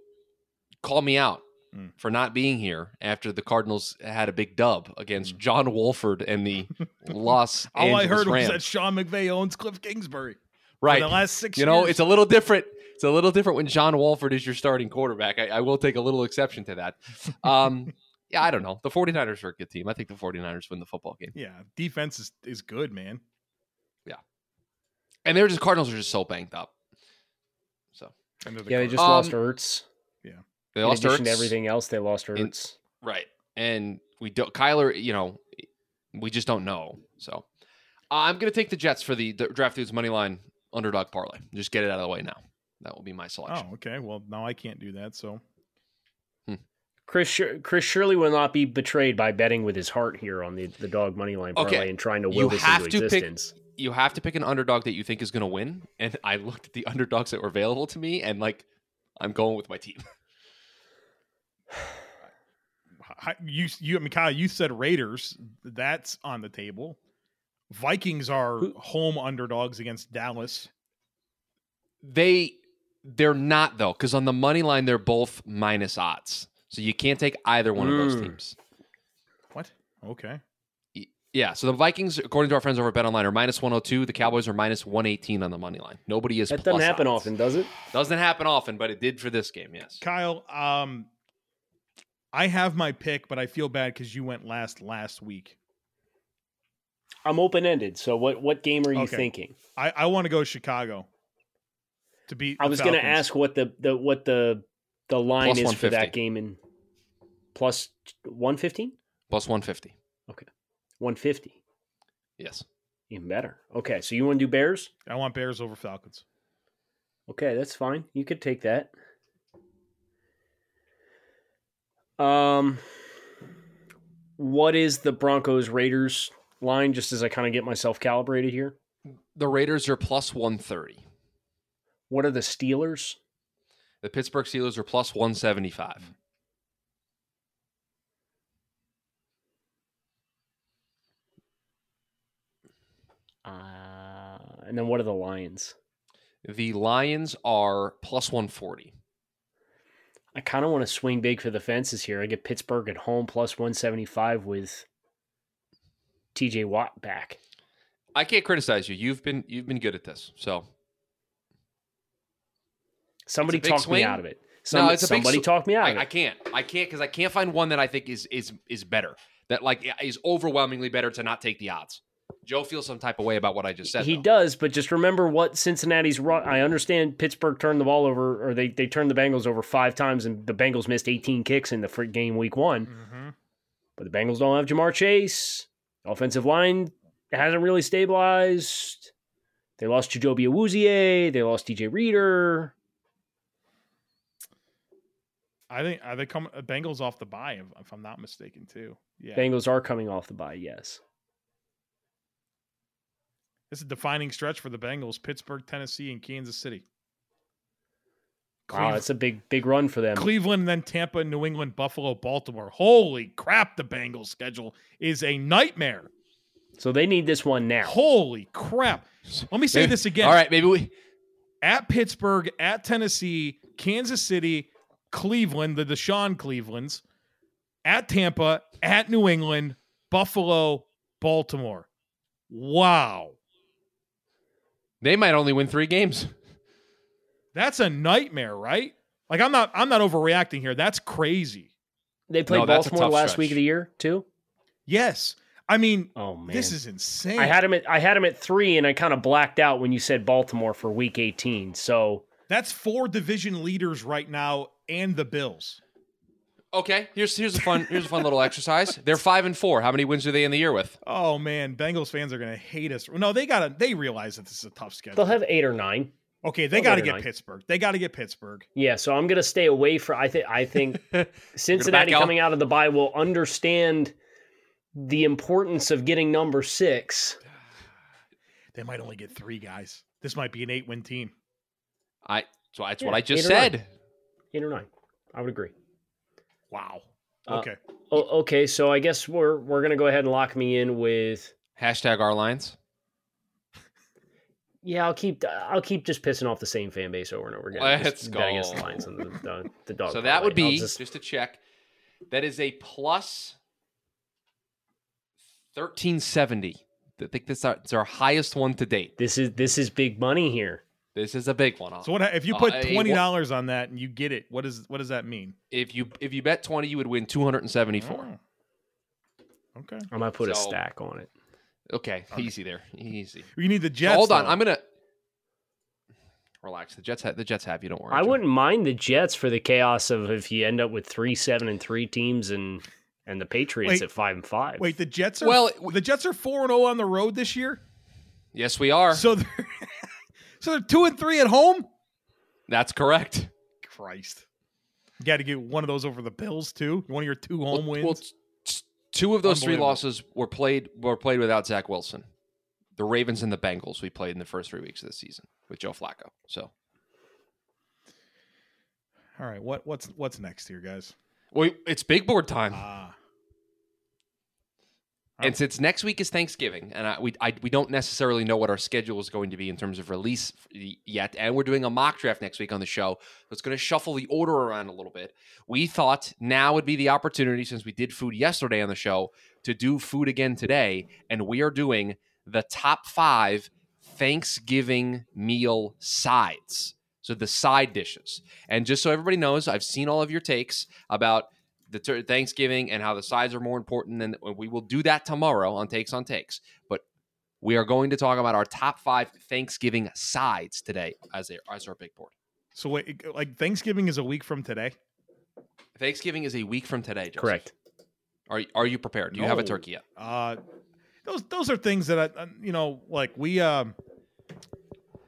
Speaker 4: call me out
Speaker 3: Mm.
Speaker 4: for not being here after the Cardinals had a big dub against John Wolford and the Los
Speaker 3: Hmm. all
Speaker 4: Angeles
Speaker 3: I heard
Speaker 4: Rams.
Speaker 3: was that Sean McVay owns Cliff Kingsbury.
Speaker 4: right.
Speaker 3: For the last six.
Speaker 4: you know,
Speaker 3: years.
Speaker 4: it's a little different. It's a little different when John Walford is your starting quarterback. I, I will take a little exception to that. Um, yeah, I don't know. The 49ers are a good team. I think the 49ers win the football game.
Speaker 3: yeah. Defense is, is good, man.
Speaker 4: And they're just Cardinals are just so banged up. So
Speaker 3: End of the
Speaker 5: Yeah, they
Speaker 3: card.
Speaker 5: just
Speaker 4: Um,
Speaker 5: lost Ertz.
Speaker 4: they
Speaker 5: In
Speaker 4: lost
Speaker 5: addition to
Speaker 4: Ertz.
Speaker 5: everything else, they lost
Speaker 4: In-
Speaker 5: Ertz.
Speaker 4: Right. And we don't Kyler, you know, we just don't know. So I'm gonna take the Jets for the, the draft dudes money line underdog parlay. Just get it out of the way now. That will be my selection.
Speaker 3: Oh, okay. Well, now I can't do that. So
Speaker 5: Chris Shir- Chris Shirley will not be betrayed by betting with his heart here on the, the dog money line parlay
Speaker 4: Okay.
Speaker 5: and trying to
Speaker 4: You
Speaker 5: will this
Speaker 4: have
Speaker 5: into
Speaker 4: to pick-
Speaker 5: existence.
Speaker 4: you have to pick an underdog that you think is going to win. And I looked at the underdogs that were available to me, and like, I'm going with my team.
Speaker 3: hi- you, you, I mean, Kyle, you said Raiders. That's on the table. Vikings are
Speaker 5: Who-
Speaker 3: home underdogs against Dallas.
Speaker 4: They, they're not though, because on the money line they're both minus odds, so you can't take either one of those
Speaker 5: Mm.
Speaker 4: teams.
Speaker 3: What? Okay.
Speaker 4: Y- Yeah, so the Vikings, according to our friends over at Bet Online, are minus 102. The Cowboys are minus 118 on the money line. Nobody is.
Speaker 5: That doesn't
Speaker 4: plus
Speaker 5: happen
Speaker 4: odds.
Speaker 5: often, does it?
Speaker 4: Doesn't happen often, but it did for this game. Yes.
Speaker 3: Kyle, um, I have my pick, but I feel bad because you went last last week.
Speaker 5: I'm open ended. So what what game are you
Speaker 3: Okay.
Speaker 5: thinking?
Speaker 3: I, I want to go Chicago to beat.
Speaker 5: I
Speaker 3: the
Speaker 5: was going to
Speaker 3: Falcons.
Speaker 5: ask what the, the what the the line
Speaker 4: Plus
Speaker 5: is for
Speaker 4: 150.
Speaker 5: that game in plus 115?
Speaker 4: Plus 150.
Speaker 5: 150.
Speaker 4: Yes.
Speaker 5: Even better. Okay, so you want to do Bears?
Speaker 3: I want Bears over Falcons.
Speaker 5: Okay, that's fine. You could take that. Um, what is the Broncos Raiders line? Just as I kind of get myself calibrated here.
Speaker 4: The Raiders are plus 130.
Speaker 5: What are the Steelers?
Speaker 4: The Pittsburgh Steelers are plus 175.
Speaker 5: Uh, and then what are the Lions?
Speaker 4: The Lions are plus 140.
Speaker 5: I kind of want to swing big for the fences here. I get Pittsburgh at home plus 175 with TJ Watt back.
Speaker 4: I can't criticize you. You've been you've been good at this. So
Speaker 5: Somebody
Speaker 4: big
Speaker 5: talked me
Speaker 4: swing.
Speaker 5: out of it. Some,
Speaker 4: it's a big
Speaker 5: somebody
Speaker 4: sw-
Speaker 5: talked me out of
Speaker 4: I, I
Speaker 5: it.
Speaker 4: can't. I can't because I can't find one that I think is is is better. That like is overwhelmingly better to not take the odds. Joe feels some type of way about what I just said.
Speaker 5: he
Speaker 4: though.
Speaker 5: does, but just remember what Cincinnati's run. I understand Pittsburgh turned the ball over, or they, they turned the Bengals over five times, and the Bengals missed 18 kicks in the fr- game week one. But the Bengals don't have Jamar Chase. Offensive line hasn't really stabilized. They lost Jajobi Awuzie. They lost DJ Reader.
Speaker 3: I think are they come Bengals off the bye if, if I'm not mistaken too. Yeah,
Speaker 5: Bengals are coming off the bye, yes.
Speaker 3: this is a defining stretch for the Bengals: Pittsburgh, Tennessee, and Kansas City.
Speaker 5: Wow,
Speaker 3: Cleve-
Speaker 5: that's a big, big run for them.
Speaker 3: Cleveland, then Tampa, New England, Buffalo, Baltimore. Holy crap! The Bengals' schedule is a nightmare.
Speaker 5: So they need this one now.
Speaker 3: Holy crap! Let me say
Speaker 4: Maybe-
Speaker 3: this again.
Speaker 4: All right, maybe we
Speaker 3: at Pittsburgh, at Tennessee, Kansas City, Cleveland, the Deshaun Clevelands, at Tampa, at New England, Buffalo, Baltimore. Wow.
Speaker 4: they might only win three games.
Speaker 3: That's a nightmare, right? Like I'm not I'm not overreacting here. That's crazy.
Speaker 5: They played
Speaker 4: No, that's a
Speaker 5: Baltimore
Speaker 4: tough
Speaker 5: last
Speaker 4: stretch.
Speaker 5: week of the year too.
Speaker 3: Yes. I mean,
Speaker 5: Oh man,
Speaker 3: this is insane.
Speaker 5: I had him at I had him at three, and I kind of blacked out when you said Baltimore for Week 18. So
Speaker 3: That's four division leaders right now and the Bills.
Speaker 4: Okay, here's here's a fun here's a fun little exercise. They're five and four. How many wins are they in the year with?
Speaker 3: Oh man, Bengals fans are going to hate us. No, they got to they realize that this is a tough schedule.
Speaker 5: they'll have eight or nine.
Speaker 3: okay, they
Speaker 5: they'll
Speaker 3: got to
Speaker 5: get
Speaker 3: get
Speaker 5: nine.
Speaker 3: Pittsburgh. They got to get Pittsburgh.
Speaker 5: Yeah, so I'm gonna stay away from. I think I think Cincinnati
Speaker 4: back out?
Speaker 5: coming out of the bye will understand the importance of getting number six.
Speaker 3: they might only get three guys. This might be an eight win team.
Speaker 4: I so that's
Speaker 5: Yeah,
Speaker 4: what I just
Speaker 5: eight or nine.
Speaker 4: said.
Speaker 5: Eight or nine, I would agree.
Speaker 3: Wow.
Speaker 5: Uh,
Speaker 3: Okay.
Speaker 5: O- okay, so I guess we're we're gonna go ahead and lock me in with.
Speaker 4: Hashtag our lines.
Speaker 5: Yeah, I'll keep I'll keep just pissing off the same fan base over and over again.
Speaker 4: Let's
Speaker 5: just bet against the
Speaker 4: go.
Speaker 5: Lions and the, the, the dog.
Speaker 4: So
Speaker 5: parlay.
Speaker 4: that would
Speaker 5: Oh, I'll
Speaker 4: be
Speaker 5: just-
Speaker 4: just... to check. That is a plus thirteen seventy. I think this is our, it's our highest one to date.
Speaker 5: this is this is big money here.
Speaker 4: This is a big one.
Speaker 3: So what ha- if you
Speaker 4: uh,
Speaker 3: put
Speaker 4: a- what-
Speaker 3: twenty dollars on that and you get it? What is what does that mean?
Speaker 4: if you if you bet twenty, you would win two hundred and seventy four.
Speaker 5: Mm.
Speaker 3: Oh. Okay.
Speaker 5: I might put a
Speaker 4: So-
Speaker 5: stack on it.
Speaker 4: Okay, easy there, easy.
Speaker 3: You need the
Speaker 4: So
Speaker 3: Jets.
Speaker 4: hold on,
Speaker 3: though.
Speaker 4: I'm gonna relax. The Jets have the Jets have you. Don't worry.
Speaker 5: I
Speaker 4: Joe.
Speaker 5: wouldn't mind the Jets for the chaos of if you end up with three, seven, and three teams, and and the Patriots
Speaker 3: Wait.
Speaker 5: at five and five.
Speaker 3: Wait, the Jets are
Speaker 4: Well,
Speaker 3: well.
Speaker 4: w-
Speaker 3: The Jets are four and zero on the road this year.
Speaker 4: Yes, we are.
Speaker 3: So they're so they're two and three at home.
Speaker 4: That's correct.
Speaker 3: Christ. You got to get one of those over the Bills too. One of your two home
Speaker 4: Well,
Speaker 3: wins.
Speaker 4: well, t- t- two of those three
Speaker 3: Unbelievable.
Speaker 4: losses were played were played without Zach Wilson. The Ravens and the Bengals we played in the first three weeks of the season with Joe Flacco. So
Speaker 3: All right. What what's what's next here, guys?
Speaker 4: wait, it's big board time.
Speaker 3: Ah,
Speaker 4: And since next week is Thanksgiving, and I, we I, we don't necessarily know what our schedule is going to be in terms of release f- y- yet, and we're doing a mock draft next week on the show, so it's going to shuffle the order around a little bit. We thought now would be the opportunity, since we did food yesterday on the show, to do food again today, and we are doing the top five Thanksgiving meal sides. So the side dishes, and just so everybody knows, I've seen all of your takes about the tur Thanksgiving and how the sides are more important than we will do that tomorrow on Takes on Takes. But we are going to talk about our top five Thanksgiving sides today as, a, as our big board.
Speaker 3: so wait, like Thanksgiving is a week from today.
Speaker 4: Thanksgiving is a week from today. Joseph.
Speaker 5: Correct.
Speaker 4: Are are you prepared? Do you have a
Speaker 3: No.
Speaker 4: turkey yet?
Speaker 3: Uh, those those are things that I, I- you know, like we um,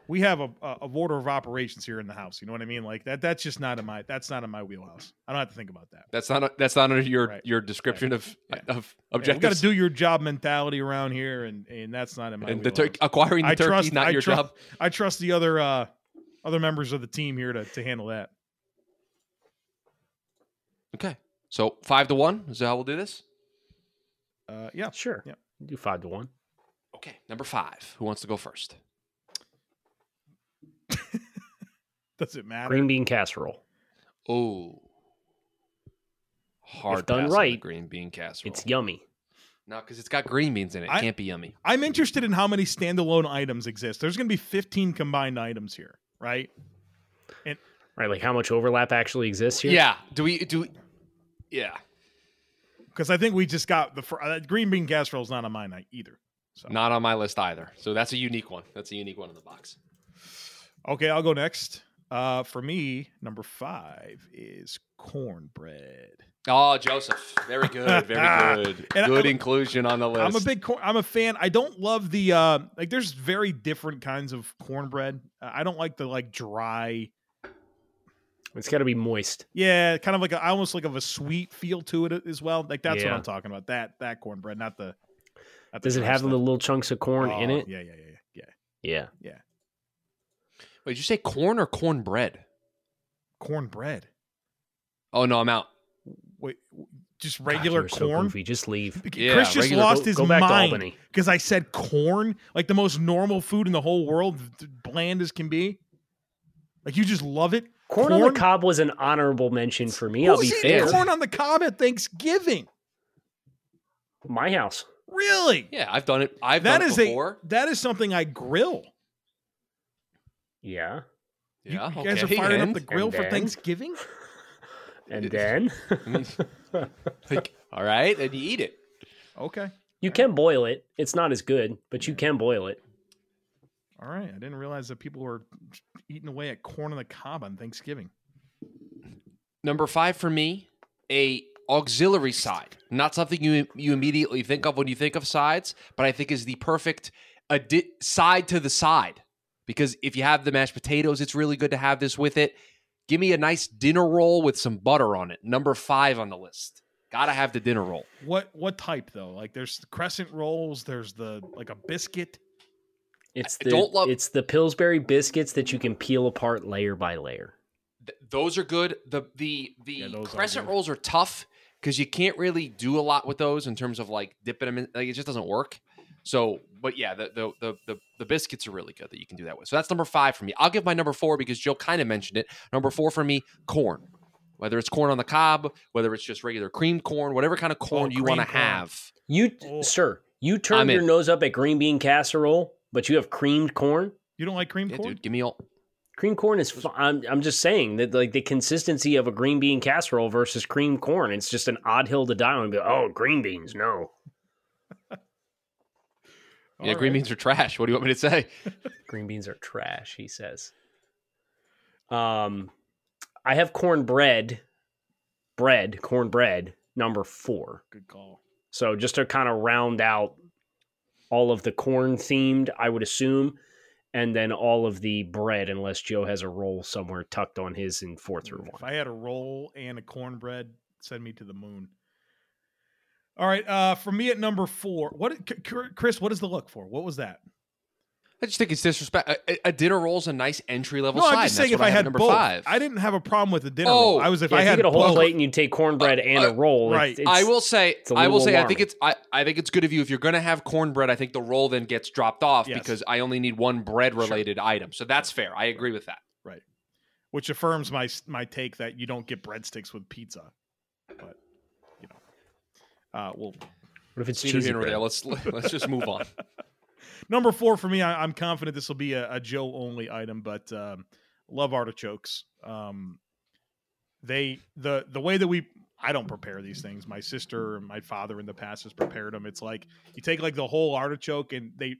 Speaker 3: we have a, a a order of operations here in the house. You know what I mean? Like that. That's just not in my. That's not in my wheelhouse. I don't have to think about that.
Speaker 4: That's not that's not under your
Speaker 3: Right.
Speaker 4: your description of of
Speaker 3: Yeah, we got to
Speaker 4: objectives.
Speaker 3: do your job mentality around here, and and that's not in my.
Speaker 4: and the
Speaker 3: wheelhouse.
Speaker 4: turkey acquiring the
Speaker 3: I
Speaker 4: turkey
Speaker 3: trust-
Speaker 4: is not
Speaker 3: I
Speaker 4: your
Speaker 3: trust-
Speaker 4: job.
Speaker 3: I trust the other uh other members of the team here to to handle that.
Speaker 4: Okay, so five to one is that how we'll do this.
Speaker 3: Uh, yeah.
Speaker 5: Sure.
Speaker 3: Yep.
Speaker 5: Do five to one.
Speaker 4: Okay, number five. Who wants to go first?
Speaker 3: Does it matter?
Speaker 5: Green bean casserole.
Speaker 4: Oh, hard
Speaker 5: done
Speaker 4: pass on the
Speaker 5: right,
Speaker 4: green bean casserole.
Speaker 5: It's yummy.
Speaker 4: no, because it's got green beans in it. It
Speaker 3: I-
Speaker 4: can't be yummy.
Speaker 3: I'm interested in how many standalone items exist. There's going to be 15 combined items here, right?
Speaker 5: Right, like how much overlap actually exists here?
Speaker 4: Yeah. Do we do? We, yeah.
Speaker 3: Because I think we just got the fr- uh, green bean casserole is not on mine I- either. So
Speaker 4: Not on my list either. So that's a unique one. That's a unique one in the box.
Speaker 3: okay, I'll go next. Uh, for me, number five is cornbread.
Speaker 4: Oh, Joseph. Very good. Very good.
Speaker 3: And I-
Speaker 4: good
Speaker 3: I'm-
Speaker 4: inclusion on the list.
Speaker 3: I'm a big corn. I'm a fan. I don't love the uh, like. There's very different kinds of cornbread. Uh, I don't like the like dry.
Speaker 5: It's got to be moist.
Speaker 3: Yeah, kind of like a, I almost like of a sweet feel to it as well. Like that's
Speaker 5: Yeah.
Speaker 3: what I'm talking about. That that cornbread, not the. Not the
Speaker 5: Does it
Speaker 3: dry
Speaker 5: have the
Speaker 3: stuff.
Speaker 5: little chunks of corn in
Speaker 3: Oh,
Speaker 5: it?
Speaker 3: Yeah, yeah, yeah, yeah, yeah.
Speaker 5: Yeah.
Speaker 4: Wait, did you say corn or cornbread?
Speaker 3: Cornbread.
Speaker 4: Oh no, I'm out.
Speaker 3: Wait, w- just regular
Speaker 5: God, you're So
Speaker 3: corn.
Speaker 5: goofy. Just leave.
Speaker 4: Yeah,
Speaker 3: Chris just
Speaker 4: regular-
Speaker 3: lost
Speaker 5: go,
Speaker 3: his
Speaker 5: go back to
Speaker 3: mind
Speaker 5: Albany.
Speaker 3: because I said corn, like the most normal food in the whole world, th- bland as can be. Like you just love it.
Speaker 5: Corn, on
Speaker 3: Corn?
Speaker 5: the cob was an honorable mention for me. I'll
Speaker 3: Who's
Speaker 5: be
Speaker 3: eating
Speaker 5: fair.
Speaker 3: corn on the cob at Thanksgiving?
Speaker 5: My house.
Speaker 3: Really?
Speaker 4: Yeah, I've done it. I've
Speaker 3: That
Speaker 4: done
Speaker 3: is
Speaker 4: it before.
Speaker 3: a that is something I grill.
Speaker 5: Yeah.
Speaker 3: You,
Speaker 4: yeah,
Speaker 3: you guys
Speaker 4: okay,
Speaker 3: are firing
Speaker 4: and-
Speaker 3: up the grill
Speaker 5: and
Speaker 3: for
Speaker 5: then?
Speaker 3: Thanksgiving?
Speaker 5: And then
Speaker 4: like, all right, and you eat it.
Speaker 3: Okay.
Speaker 5: you can boil it. It's not as good, but you can boil it.
Speaker 3: All right. I didn't realize that people were eating away at corn on the cob on Thanksgiving.
Speaker 4: Number five for me, a auxiliary side. Not something you you immediately think of when you think of sides, but I think is the perfect addi- side to the side. Because if you have the mashed potatoes, it's really good to have this with it. Give me a nice dinner roll with some butter on it. Number five on the list. Gotta have the dinner roll.
Speaker 3: What what type though? Like there's crescent rolls, there's the like a biscuit.
Speaker 5: It's
Speaker 4: I
Speaker 5: the
Speaker 4: don't love-
Speaker 5: it's the Pillsbury biscuits that you can peel apart layer by layer.
Speaker 4: Th- those are good. The the the
Speaker 3: Yeah, those are
Speaker 4: crescent
Speaker 3: good.
Speaker 4: rolls are tough because you can't really do a lot with those in terms of like dipping them in. Like it just doesn't work. So, but yeah, the the the the, the biscuits are really good that you can do that with. So that's number five for me. I'll give my number four because Joe kind of mentioned it. Number four for me, corn. Whether it's corn on the cob, whether it's just regular creamed corn, whatever kind of corn you want to
Speaker 3: creamed Oh, corn.
Speaker 4: have.
Speaker 5: You
Speaker 3: Oh.
Speaker 5: sir, you
Speaker 4: I'm
Speaker 5: turn your
Speaker 4: in.
Speaker 5: nose up at green bean casserole, but you have creamed corn.
Speaker 3: You don't like cream
Speaker 4: Yeah,
Speaker 3: corn?
Speaker 4: dude, give me all.
Speaker 5: Cream corn is. fi- I'm, I'm just saying that like the consistency of a green bean casserole versus cream corn, it's just an odd hill to die on. Be like, oh, green beans, no.
Speaker 4: yeah,
Speaker 3: All
Speaker 4: green
Speaker 3: right.
Speaker 4: beans are trash. What do you want me to say?
Speaker 5: Green beans are trash, he says. Um, I have cornbread, bread, cornbread number four.
Speaker 3: Good call.
Speaker 5: So just to kind of round out all of the corn themed, I would assume, and then all of the bread, unless Joe has a roll somewhere tucked on his in four through
Speaker 3: If
Speaker 5: one.
Speaker 3: I had a roll and a cornbread, send me to the moon. All right, uh, for me at number four, what C- C- Chris? What is the look for? What was that?
Speaker 4: I just think it's disrespect. A, a- a dinner roll is a nice entry level
Speaker 3: no,
Speaker 4: side.
Speaker 3: I'm
Speaker 4: and
Speaker 3: just
Speaker 4: that's
Speaker 3: saying if
Speaker 4: what
Speaker 3: I
Speaker 4: have at
Speaker 3: had
Speaker 4: number
Speaker 3: both,
Speaker 4: five.
Speaker 3: I didn't have a problem with the dinner.
Speaker 4: Oh,
Speaker 3: roll. I was if
Speaker 5: Yeah,
Speaker 3: I
Speaker 5: if you
Speaker 3: had
Speaker 5: get a whole
Speaker 3: both,
Speaker 5: plate and you take cornbread and
Speaker 4: uh,
Speaker 5: a roll,
Speaker 3: right.
Speaker 5: it's,
Speaker 4: I
Speaker 5: it's-
Speaker 4: will say,
Speaker 5: it's a
Speaker 4: I will
Speaker 5: little
Speaker 4: say, I think
Speaker 5: alarming.
Speaker 4: it's, I, I think it's good of you if you're going to have cornbread. I think the roll then gets dropped off
Speaker 3: Yes.
Speaker 4: because I only need one bread related item. So that's fair. I agree with that.
Speaker 3: which affirms my s- my take that you don't get breadsticks with pizza, but you know, uh, well,
Speaker 5: What if it's
Speaker 4: Neither
Speaker 5: cheesy
Speaker 4: here nor
Speaker 5: bread?
Speaker 4: there. Let's let's just move on.
Speaker 3: number four for me, I, I'm confident this will be a, a Joe only item, but um, love artichokes. Um, they the the way that we I don't prepare these things. My sister and my father in the past has prepared them. It's like you take like the whole artichoke and they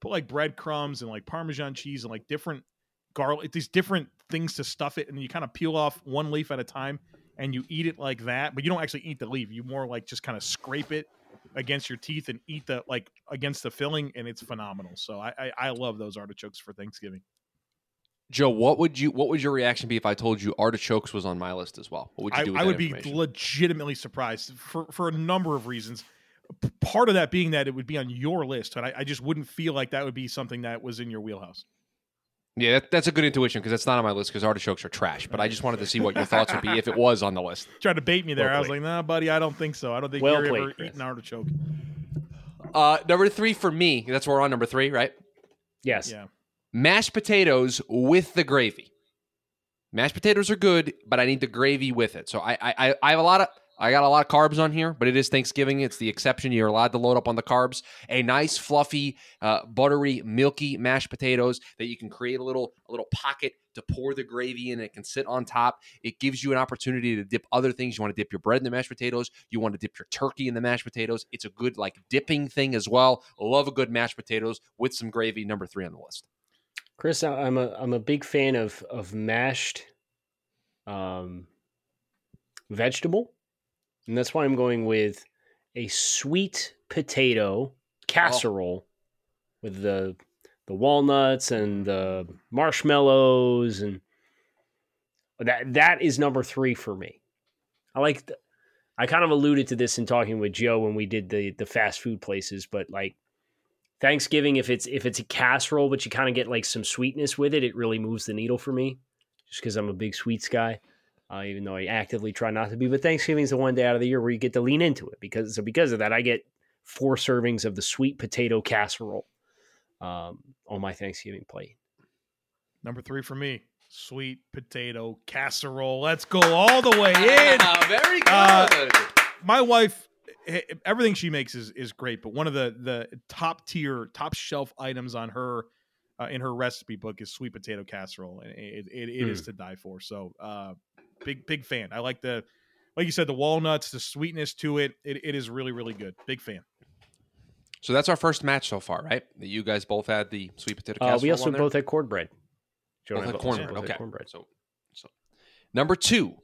Speaker 3: put like breadcrumbs and like parmesan cheese and like different garlic, these different things to stuff it, and you kind of peel off one leaf at a time and you eat it like that. But you don't actually eat the leaf. You more like just kind of scrape it against your teeth and eat the like against the filling, and it's phenomenal. So I I, I love those artichokes for Thanksgiving.
Speaker 4: Joe, what would you what would your reaction be if I told you artichokes was on my list as well? What would you
Speaker 3: I,
Speaker 4: do? With
Speaker 3: I
Speaker 4: that
Speaker 3: would be
Speaker 4: information?
Speaker 3: legitimately surprised for, for a number of reasons. P- Part of that being that it would be on your list, and I, I just wouldn't feel like that would be something that was in your wheelhouse.
Speaker 4: Yeah, that, that's a good intuition because that's not on my list because artichokes are trash. But I just wanted to see what your thoughts would be if it was on the list.
Speaker 3: Trying to bait me there,
Speaker 4: Well
Speaker 3: I was like,
Speaker 4: played.
Speaker 3: "Nah, buddy, I don't think so. I don't think
Speaker 5: Well
Speaker 3: you're
Speaker 5: played,
Speaker 3: ever
Speaker 5: Chris.
Speaker 3: eating artichoke."
Speaker 4: Uh, number three for me. That's where we're on number three, right?
Speaker 5: Yes.
Speaker 3: Yeah,
Speaker 4: Mashed potatoes with the gravy. Mashed potatoes are good, but I need the gravy with it. So I I, I- I have a lot of I got a lot of carbs on here, but it is Thanksgiving. It's the exception. You're allowed to load up on the carbs. A nice, fluffy, uh, buttery, milky mashed potatoes that you can create a little a little pocket to pour the gravy in. It can sit on top. It gives you an opportunity to dip other things. You want to dip your bread in the mashed potatoes. You want to dip your turkey in the mashed potatoes. It's a good like dipping thing as well. Love a good mashed potatoes with some gravy. Number three on the list.
Speaker 5: Chris, I- I'm a I'm a big fan of of mashed um vegetable. And that's why I'm going with a sweet potato casserole with the the walnuts and the marshmallows and that that is number 3 for me. I like th- I kind of alluded to this in talking with Joe when we did the the fast food places, but like Thanksgiving, if it's if it's a casserole, but you kind of get like some sweetness with it, it really moves the needle for me. Just because I'm a big sweets guy, uh, even though I actively try not to be. But Thanksgiving is the one day out of the year where you get to lean into it because so because of that, I get four servings of the sweet potato casserole um, on my Thanksgiving plate.
Speaker 3: number three for me: sweet potato casserole. Let's go all the way in.
Speaker 4: Ah, very good.
Speaker 3: Uh, my wife eh, everything she makes is is great but one of the the top tier top shelf items on her uh, in her recipe book is sweet potato casserole and it it, it
Speaker 4: Hmm.
Speaker 3: is to die for so uh big big fan i like the like you said the walnuts the sweetness to it it, it is really really good big fan
Speaker 4: so that's our first match so far, right? That you guys both had the sweet potato casserole.
Speaker 5: Uh, we also
Speaker 4: on there?
Speaker 5: both had cornbread. Joe
Speaker 4: both
Speaker 5: and I
Speaker 4: had
Speaker 5: also
Speaker 4: cornbread.
Speaker 5: both had
Speaker 4: Okay, So, so number two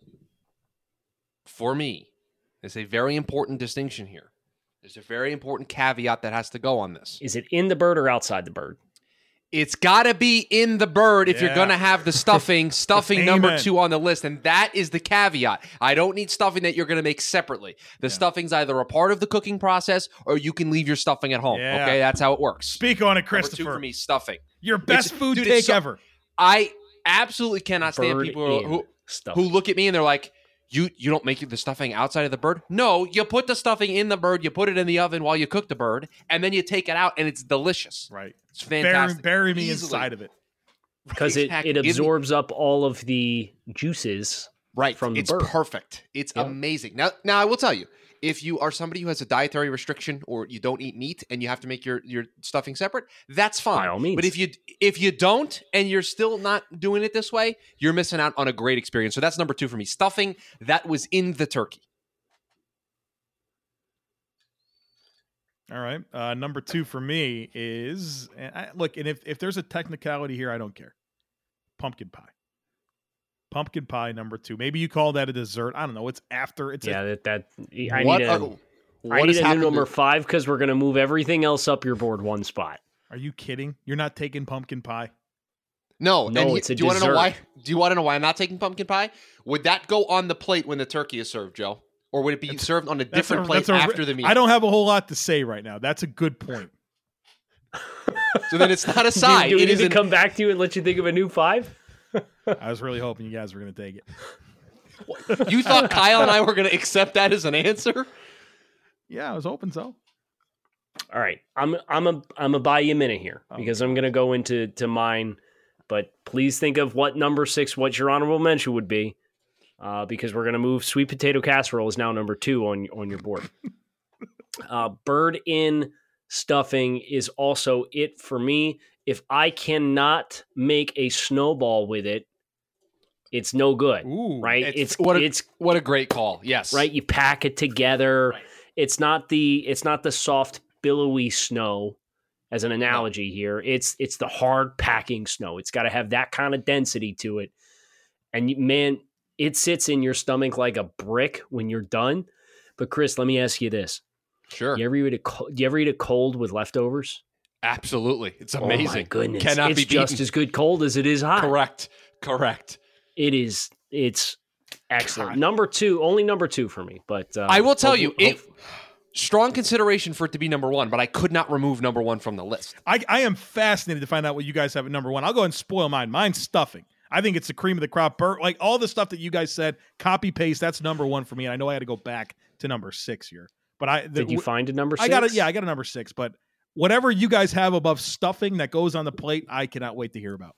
Speaker 4: for me is a very important distinction here. There's a very important caveat that has to go on this.
Speaker 5: Is it in the bird or outside the bird?
Speaker 4: It's got to be in the bird if
Speaker 3: Yeah.
Speaker 4: you're going to have the stuffing. stuffing number
Speaker 3: Amen.
Speaker 4: two on the list, and that is the caveat. I don't need stuffing that you're going to make separately. The stuffing's either a part of the cooking process, or you can leave your stuffing at home.
Speaker 3: Yeah.
Speaker 4: Okay, that's how it works.
Speaker 3: speak on it
Speaker 4: Number two for
Speaker 3: christopher
Speaker 4: me, stuffing.
Speaker 3: your best food
Speaker 4: dude, it's
Speaker 3: take
Speaker 4: so-
Speaker 3: ever
Speaker 4: I absolutely cannot stand
Speaker 5: Bird
Speaker 4: people
Speaker 5: in
Speaker 4: who
Speaker 5: stuff.
Speaker 4: who look at me and they're like, "You you don't make the stuffing outside of the bird? No, you put the stuffing in the bird, you put it in the oven while you cook the bird, and then you take it out, and it's delicious.
Speaker 3: right
Speaker 4: It's
Speaker 3: bury,
Speaker 4: fantastic.
Speaker 3: bury me
Speaker 4: Easily.
Speaker 3: inside of it
Speaker 5: because it,
Speaker 4: Exactly.
Speaker 5: it
Speaker 4: Give me-
Speaker 5: absorbs up all of the juices.
Speaker 4: right
Speaker 5: from the
Speaker 4: it's
Speaker 5: bird.
Speaker 4: perfect. It's
Speaker 5: Yeah.
Speaker 4: amazing. Now now I will tell you, if you are somebody who has a dietary restriction or you don't eat meat and you have to make your your stuffing separate, that's fine.
Speaker 5: By all means.
Speaker 4: But if you if you don't and you're still not doing it this way, you're missing out on a great experience. So that's number 2 for me. Stuffing that was in the turkey.
Speaker 3: all right uh number two for me is and I, look and if if there's a technicality here i don't care pumpkin pie. Pumpkin pie number two. Maybe you call that a dessert. I don't know. It's after. It's
Speaker 5: Yeah,
Speaker 3: a,
Speaker 5: that that I
Speaker 4: What
Speaker 5: need
Speaker 4: a-
Speaker 5: a, I
Speaker 4: what
Speaker 5: need
Speaker 4: has
Speaker 5: a new
Speaker 4: happened to-
Speaker 5: number five because we're gonna move everything else up your board one spot.
Speaker 3: are you kidding? You're not taking pumpkin pie.
Speaker 4: No,
Speaker 5: No,
Speaker 4: and he-
Speaker 5: it's a
Speaker 4: do you want to know
Speaker 5: dessert.
Speaker 4: why? Do you want to know why I'm not taking pumpkin pie? Would that go on the plate when the turkey is served, Joe? Or would it be served on a
Speaker 3: That's
Speaker 4: different
Speaker 3: a-
Speaker 4: plate
Speaker 3: that's a-
Speaker 4: after the meal?
Speaker 3: I don't have a whole lot to say right now. That's a good point.
Speaker 4: so then it's not a
Speaker 5: Do,
Speaker 4: side.
Speaker 5: do we
Speaker 4: it
Speaker 5: need
Speaker 4: is
Speaker 5: to
Speaker 4: an-
Speaker 5: come back to you and let you think of a new five?
Speaker 3: I was really hoping you guys were going to take it.
Speaker 4: you thought Kyle and I were going to accept that as an answer?
Speaker 3: Yeah, I was hoping so.
Speaker 5: All right, I'm I'm a I'm a buy you a minute here
Speaker 3: Oh,
Speaker 5: because I'm gonna go into to mine, but please think of what number six, what your honorable mention would be, uh, because we're gonna move sweet potato casserole is now number two on on your board. uh, bird in stuffing is also it for me. If I cannot make a snowball with it, it's no good,
Speaker 3: Ooh,
Speaker 5: right?
Speaker 4: It's-
Speaker 5: It's
Speaker 4: what a-
Speaker 5: it's
Speaker 4: What a great call. Yes.
Speaker 5: right you pack it together it's not the it's not the soft billowy snow as an analogy here it's it's the hard packing snow it's got to have that kind of density to it and you- man it sits in your stomach like a brick when you're done but chris let me ask you this
Speaker 4: Sure.
Speaker 5: you ever eat a cold, you ever eat a cold with leftovers
Speaker 4: Absolutely. It's
Speaker 5: Oh my
Speaker 4: amazing.
Speaker 5: goodness.
Speaker 4: Cannot
Speaker 5: it's
Speaker 4: be beaten.
Speaker 5: just as good cold as it is hot.
Speaker 4: Correct. Correct.
Speaker 5: It is it's excellent.
Speaker 4: God.
Speaker 5: Number 2, only number 2 for me, but uh,
Speaker 4: I will tell
Speaker 5: hope-
Speaker 4: you, it strong consideration for it to be number one, but I could not remove number one from the list.
Speaker 3: I, I am fascinated to find out what you guys have at number one. I'll go ahead and spoil mine. Mine's stuffing. I think it's the cream of the crop. Bur- like all the stuff that you guys said, copy paste. That's number one for me. And I know I had to go back to number six here, but I the,
Speaker 5: Did you find a number 6?
Speaker 3: I got it. Yeah, I got a number six. But whatever you guys have above stuffing that goes on the plate, I cannot wait to hear about.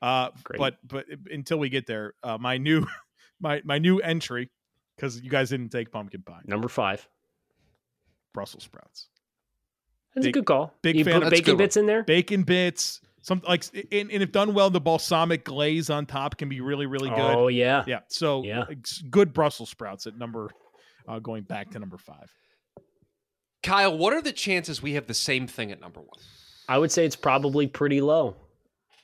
Speaker 3: Uh,
Speaker 5: Great.
Speaker 3: but but until we get there, uh, my new my my new entry because you guys didn't take pumpkin pie,
Speaker 5: Number 5.
Speaker 3: Brussels sprouts.
Speaker 5: That's
Speaker 3: Big-
Speaker 5: a good call.
Speaker 3: big
Speaker 5: you
Speaker 3: fan-
Speaker 5: put
Speaker 4: That's a good
Speaker 5: bacon
Speaker 4: one.
Speaker 5: bits in there?
Speaker 3: bacon bits, some like and, and if done well, the balsamic glaze on top can be really really good.
Speaker 5: Oh yeah.
Speaker 3: Yeah, so
Speaker 5: Yeah.
Speaker 3: it's good Brussels sprouts at number uh, going back to number five.
Speaker 4: Kyle, what are the chances we have the same thing at number one?
Speaker 5: I would say it's probably pretty low.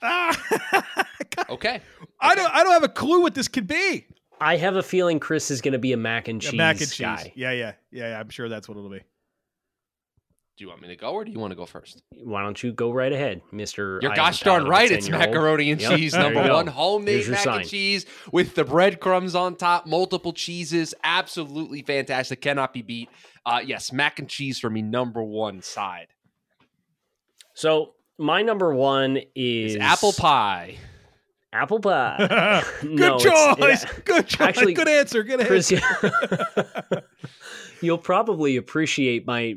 Speaker 3: Ah,
Speaker 4: Okay.
Speaker 3: I don't I don't have a clue what this could be.
Speaker 5: I have a feeling Chris is going to be a mac and
Speaker 3: Yeah,
Speaker 5: cheese
Speaker 3: mac and cheese.
Speaker 5: guy.
Speaker 3: Yeah, yeah, yeah, yeah. I'm sure that's what it'll be.
Speaker 4: Do you want me to go or do you want to go first?
Speaker 5: Why don't you go right ahead, Mister?
Speaker 4: You're gosh darn right. It's macaroni and cheese number one. Homemade
Speaker 5: Here's your
Speaker 4: mac
Speaker 5: sign.
Speaker 4: and cheese with the breadcrumbs on top, multiple cheeses. Absolutely fantastic. Cannot be beat. Uh, yes, mac and cheese for me, number one side.
Speaker 5: So my number one is,
Speaker 4: Is apple pie.
Speaker 5: Apple pie.
Speaker 3: good
Speaker 5: No, it's- it-
Speaker 3: choice. good choice.
Speaker 5: actually,
Speaker 3: good answer. Good answer.
Speaker 5: Chris, you'll probably appreciate my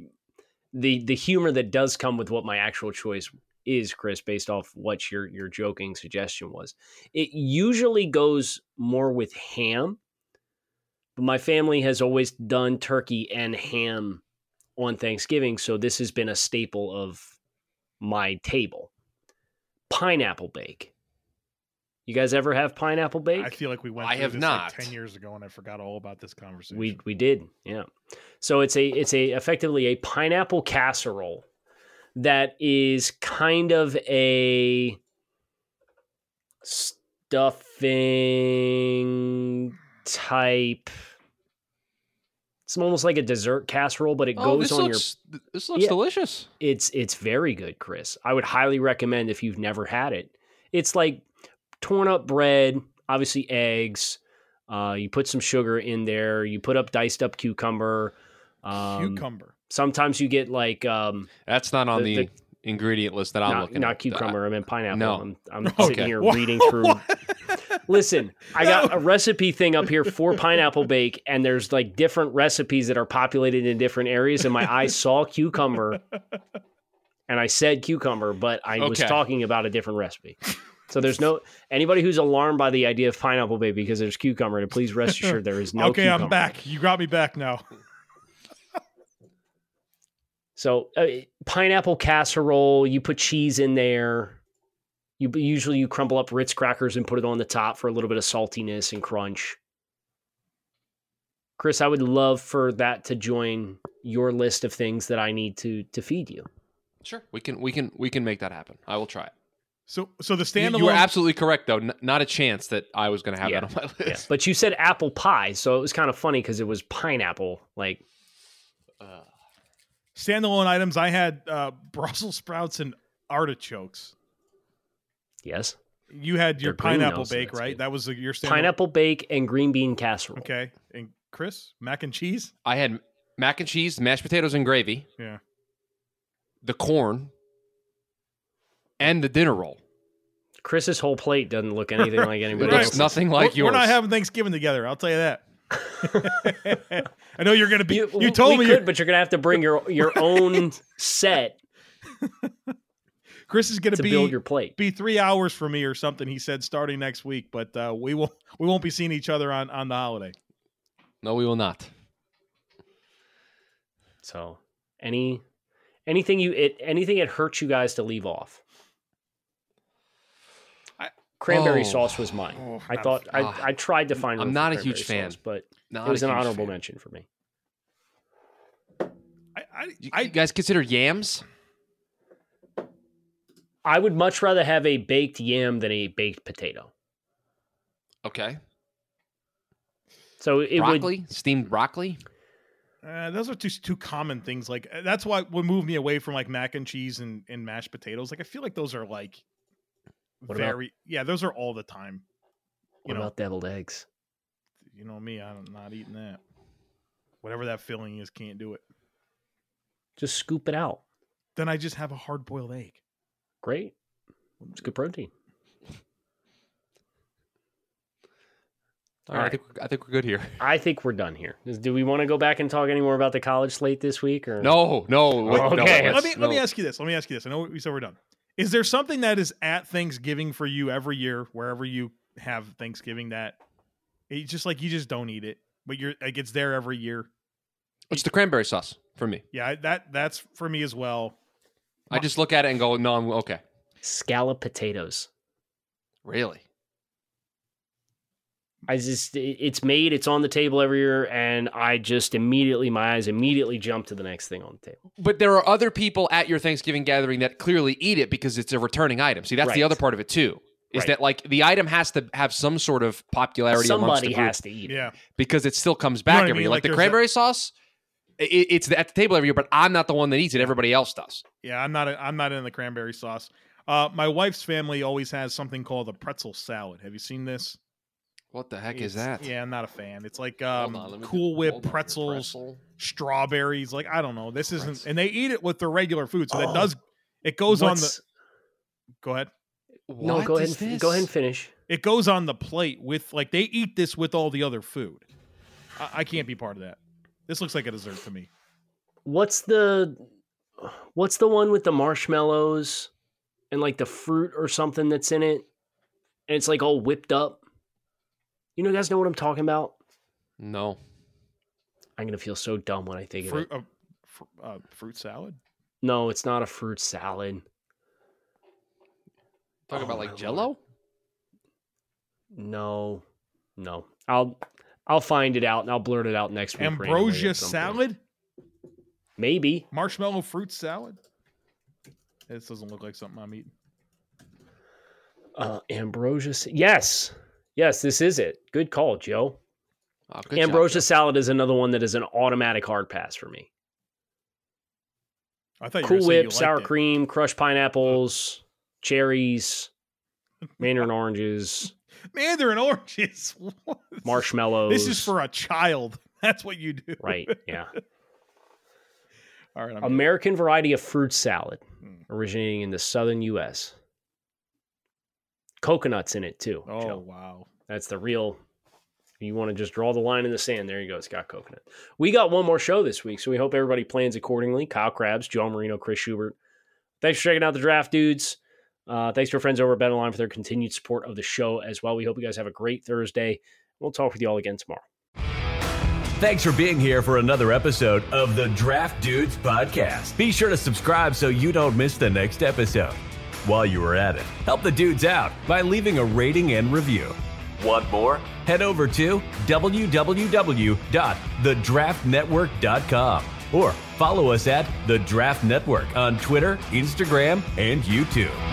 Speaker 5: the the humor that does come with what my actual choice is, Chris, based off what your your joking suggestion was. It usually goes more with ham, but my family has always done turkey and ham on Thanksgiving, so this has been a staple of my table. Pineapple bake. You guys ever have pineapple bake?
Speaker 3: I feel like we went.
Speaker 4: I
Speaker 3: through
Speaker 4: have
Speaker 3: this like
Speaker 4: not.
Speaker 3: ten years ago, and I forgot all about this conversation.
Speaker 5: We we did, yeah. So it's a it's a effectively a pineapple casserole that is kind of a stuffing type. It's almost like a dessert casserole, but it goes
Speaker 4: Oh, this
Speaker 5: on your.
Speaker 4: looks, This looks
Speaker 5: Yeah.
Speaker 4: delicious.
Speaker 5: It's it's very good, Chris. I would highly recommend if you've never had it. It's like torn up bread, obviously eggs. Uh, you put some sugar in there. You put up diced up cucumber. Um,
Speaker 3: cucumber.
Speaker 5: Sometimes you get like um,
Speaker 4: That's not on
Speaker 5: The-
Speaker 4: the, ingredient list that I'm
Speaker 5: not,
Speaker 4: looking
Speaker 5: not
Speaker 4: at.
Speaker 5: cucumber. I meant pineapple.
Speaker 4: no.
Speaker 5: I'm, I'm
Speaker 4: Okay.
Speaker 5: sitting here
Speaker 3: Wha-
Speaker 5: reading
Speaker 3: what?
Speaker 5: through. Listen, I got a recipe thing up here for pineapple bake, and there's like different recipes that are populated in different areas. And my eye saw cucumber, and I said cucumber, but I was
Speaker 4: Okay.
Speaker 5: talking about a different recipe. So there's no anybody who's alarmed by the idea of pineapple bake because there's cucumber, and please rest assured there is no.
Speaker 3: okay,
Speaker 5: cucumber.
Speaker 3: I'm back. You got me back now.
Speaker 5: So uh, pineapple casserole, you put cheese in there. You but usually you crumble up Ritz crackers and put it on the top for a little bit of saltiness and crunch. Chris, I would love for that to join your list of things that I need to to feed you.
Speaker 4: uh, Sure, we can we can we can make that happen. I will try it.
Speaker 3: So so the
Speaker 4: You-
Speaker 3: standalone.
Speaker 4: You were absolutely correct, though. N- not a chance that I was going to have
Speaker 5: Yeah.
Speaker 4: that on my
Speaker 5: Yeah.
Speaker 4: list.
Speaker 5: But you said apple pie, so it was kind of funny because it was pineapple. Like
Speaker 4: Uh,
Speaker 3: standalone items. I had uh, Brussels sprouts and artichokes.
Speaker 5: yes,
Speaker 3: You had your
Speaker 5: They're green
Speaker 3: pineapple
Speaker 5: now, so
Speaker 3: bake,
Speaker 5: that's
Speaker 3: right?
Speaker 5: good.
Speaker 3: That was the- your standalone.
Speaker 5: pineapple bake and green bean casserole.
Speaker 3: Okay, and Chris, mac and cheese.
Speaker 4: I had mac and cheese, mashed potatoes, and gravy.
Speaker 3: Yeah.
Speaker 4: The corn and the dinner roll.
Speaker 5: Chris's whole plate doesn't look anything like
Speaker 4: It
Speaker 5: anybody
Speaker 3: Right.
Speaker 4: looks
Speaker 5: else's.
Speaker 4: nothing like
Speaker 3: we're, we're
Speaker 4: yours.
Speaker 3: not having Thanksgiving together. I'll tell you that. I know you're gonna be. You,
Speaker 5: we
Speaker 3: told me,
Speaker 5: could,
Speaker 3: you're-
Speaker 5: but you're gonna have to bring your your own set
Speaker 3: Chris is gonna
Speaker 5: to
Speaker 3: be
Speaker 5: build your plate.
Speaker 3: be three hours for me or something. He said starting next week, but uh, we will we won't be seeing each other on on the holiday.
Speaker 4: no, we will not.
Speaker 5: So any anything you it anything it hurts you guys to leave off.
Speaker 3: I-
Speaker 5: cranberry
Speaker 4: Oh.
Speaker 5: sauce was mine.
Speaker 3: Oh,
Speaker 5: I
Speaker 3: I'm-
Speaker 5: thought
Speaker 4: ah.
Speaker 5: I, I tried to find.
Speaker 4: I'm
Speaker 5: room for
Speaker 4: not a
Speaker 5: cranberry
Speaker 4: huge fan.
Speaker 5: sauce, but
Speaker 4: Not
Speaker 5: it was
Speaker 4: a
Speaker 5: an
Speaker 4: huge
Speaker 5: honorable
Speaker 4: fan.
Speaker 5: mention for me.
Speaker 3: I
Speaker 4: You,
Speaker 3: I,
Speaker 4: you
Speaker 3: I
Speaker 4: guys consider yams?
Speaker 5: I would much rather have a baked yam than a baked potato.
Speaker 4: Okay.
Speaker 5: So it would
Speaker 4: broccoli, steamed broccoli.
Speaker 3: Uh, those are two two common things. Like uh, that's why what moved me away from like mac and cheese and, and mashed potatoes. Like I feel like those are like
Speaker 5: What about-
Speaker 3: very yeah. Those are all the time. You
Speaker 5: What
Speaker 3: know,
Speaker 5: about deviled eggs?
Speaker 3: you know me. I'm not eating that. Whatever that filling is, can't do it.
Speaker 5: Just scoop it out.
Speaker 3: Then I just have a hard boiled egg.
Speaker 5: Great. It's good protein.
Speaker 4: Mm. All right, I
Speaker 5: Alright.
Speaker 4: think I think we're good here.
Speaker 5: I think we're done here. Is- Do we want to go back and talk any more about the college slate this week? Or
Speaker 4: No, no. wait, no,
Speaker 5: Okay.
Speaker 4: let's-
Speaker 3: let me let me
Speaker 4: no.
Speaker 3: ask you this. Let me ask you this. I know we said we're done. Is there something that is at Thanksgiving for you every year, wherever you have Thanksgiving, that it's just like you just don't eat it, but you're like it's there every year.
Speaker 4: It's the cranberry sauce for me.
Speaker 3: Yeah, I- that that's for me as well.
Speaker 4: I just look at it and go, no, I'm okay.
Speaker 5: scallop potatoes.
Speaker 4: Really?
Speaker 5: I just it- it's made, it's on the table every year, and I just immediately my eyes immediately jump to the next thing on the table.
Speaker 4: But there are other people at your Thanksgiving gathering that clearly eat it because it's a returning item. See, that's the
Speaker 5: Right.
Speaker 4: other part of it too. Is
Speaker 5: Right.
Speaker 4: that like the item has to have some sort of popularity amongst
Speaker 5: Somebody
Speaker 4: the group
Speaker 5: has to eat. it.
Speaker 3: Yeah,
Speaker 4: because it still comes
Speaker 3: know
Speaker 4: back
Speaker 3: what I
Speaker 4: every
Speaker 3: mean?
Speaker 4: year.
Speaker 3: Like,
Speaker 4: Like, the
Speaker 3: there's a-
Speaker 4: cranberry sauce, i- i- it's at the table every year, but I'm not the one that eats it. Everybody else does.
Speaker 3: yeah. I'm not a, I'm not in the cranberry sauce. Uh, my wife's family always has something called a pretzel salad. Have you seen this?
Speaker 4: What the heck is
Speaker 3: It's-
Speaker 4: that?
Speaker 3: Yeah, I'm not a fan. It's like
Speaker 4: Hold
Speaker 3: um,
Speaker 4: on, let me
Speaker 3: Cool
Speaker 4: do-
Speaker 3: Whip
Speaker 4: hold on, your
Speaker 3: pretzels.
Speaker 4: pretzel.
Speaker 3: strawberries. Like I don't know. This isn't,
Speaker 4: Pretzel.
Speaker 3: and they eat it with their regular food, so that
Speaker 5: Oh.
Speaker 3: does it goes on the
Speaker 5: What's-
Speaker 3: go ahead.
Speaker 5: no.
Speaker 4: What
Speaker 5: go ahead.
Speaker 4: is
Speaker 5: and f-
Speaker 4: this?
Speaker 5: Go ahead and finish.
Speaker 3: It goes on the plate with like they eat this with all the other food. I, I can't be part of that. This looks like a dessert to me.
Speaker 5: What's the what's the one with the marshmallows and like the fruit or something that's in it? And it's like all whipped up. You know, guys know what I'm talking about?
Speaker 4: No.
Speaker 5: I'm gonna feel so dumb when I think of
Speaker 3: Fruit,
Speaker 5: it.
Speaker 3: uh, fr- uh, fruit salad.
Speaker 5: No, it's not a fruit salad.
Speaker 4: Talking
Speaker 5: Oh,
Speaker 4: about
Speaker 5: my
Speaker 4: like
Speaker 5: lord.
Speaker 4: jello?
Speaker 5: No, no. I'll I'll find it out and I'll blurt it out next week. randomly at
Speaker 3: Ambrosia
Speaker 5: some point.
Speaker 3: salad,
Speaker 5: Maybe.
Speaker 3: marshmallow fruit salad. This doesn't look like something I'm eating.
Speaker 5: Uh, ambrosia. sa- Yes, yes. This is it. Good call, Joe.
Speaker 4: Oh, good job,
Speaker 5: ambrosia
Speaker 4: Jeff.
Speaker 5: salad is another one that is an automatic hard pass for me.
Speaker 3: I thought you were
Speaker 5: cool
Speaker 3: gonna say you
Speaker 5: Whip, sour
Speaker 3: liked it.
Speaker 5: cream, crushed pineapples, cherries, mandarin oranges,
Speaker 3: mandarin oranges. What?
Speaker 5: marshmallows.
Speaker 3: This is for a child. That's what you do.
Speaker 5: right. Yeah.
Speaker 3: All right. I'm good.
Speaker 5: American variety of fruit salad
Speaker 3: Hmm.
Speaker 5: originating in the southern U.S. Coconuts in it too.
Speaker 3: oh
Speaker 5: Joe.
Speaker 3: wow.
Speaker 5: That's the real. You want to just draw the line in the sand. There you go. It's got coconut. We got one more show this week, so we hope everybody plans accordingly. Kyle Krabs, Joe Marino, Chris Schubert. Thanks for checking out the draft, dudes. Uh, thanks to our friends over at Bet Online for their continued support of the show as well. We hope you guys have a great Thursday. We'll talk with you all again tomorrow.
Speaker 1: Thanks for being here for another episode of the Draft Dudes Podcast. Be sure to subscribe so you don't miss the next episode. While you are at it, help the dudes out by leaving a rating and review.
Speaker 2: Want more?
Speaker 1: Head over to www.thedraftnetwork.com or follow us at The Draft Network on Twitter, Instagram, and YouTube.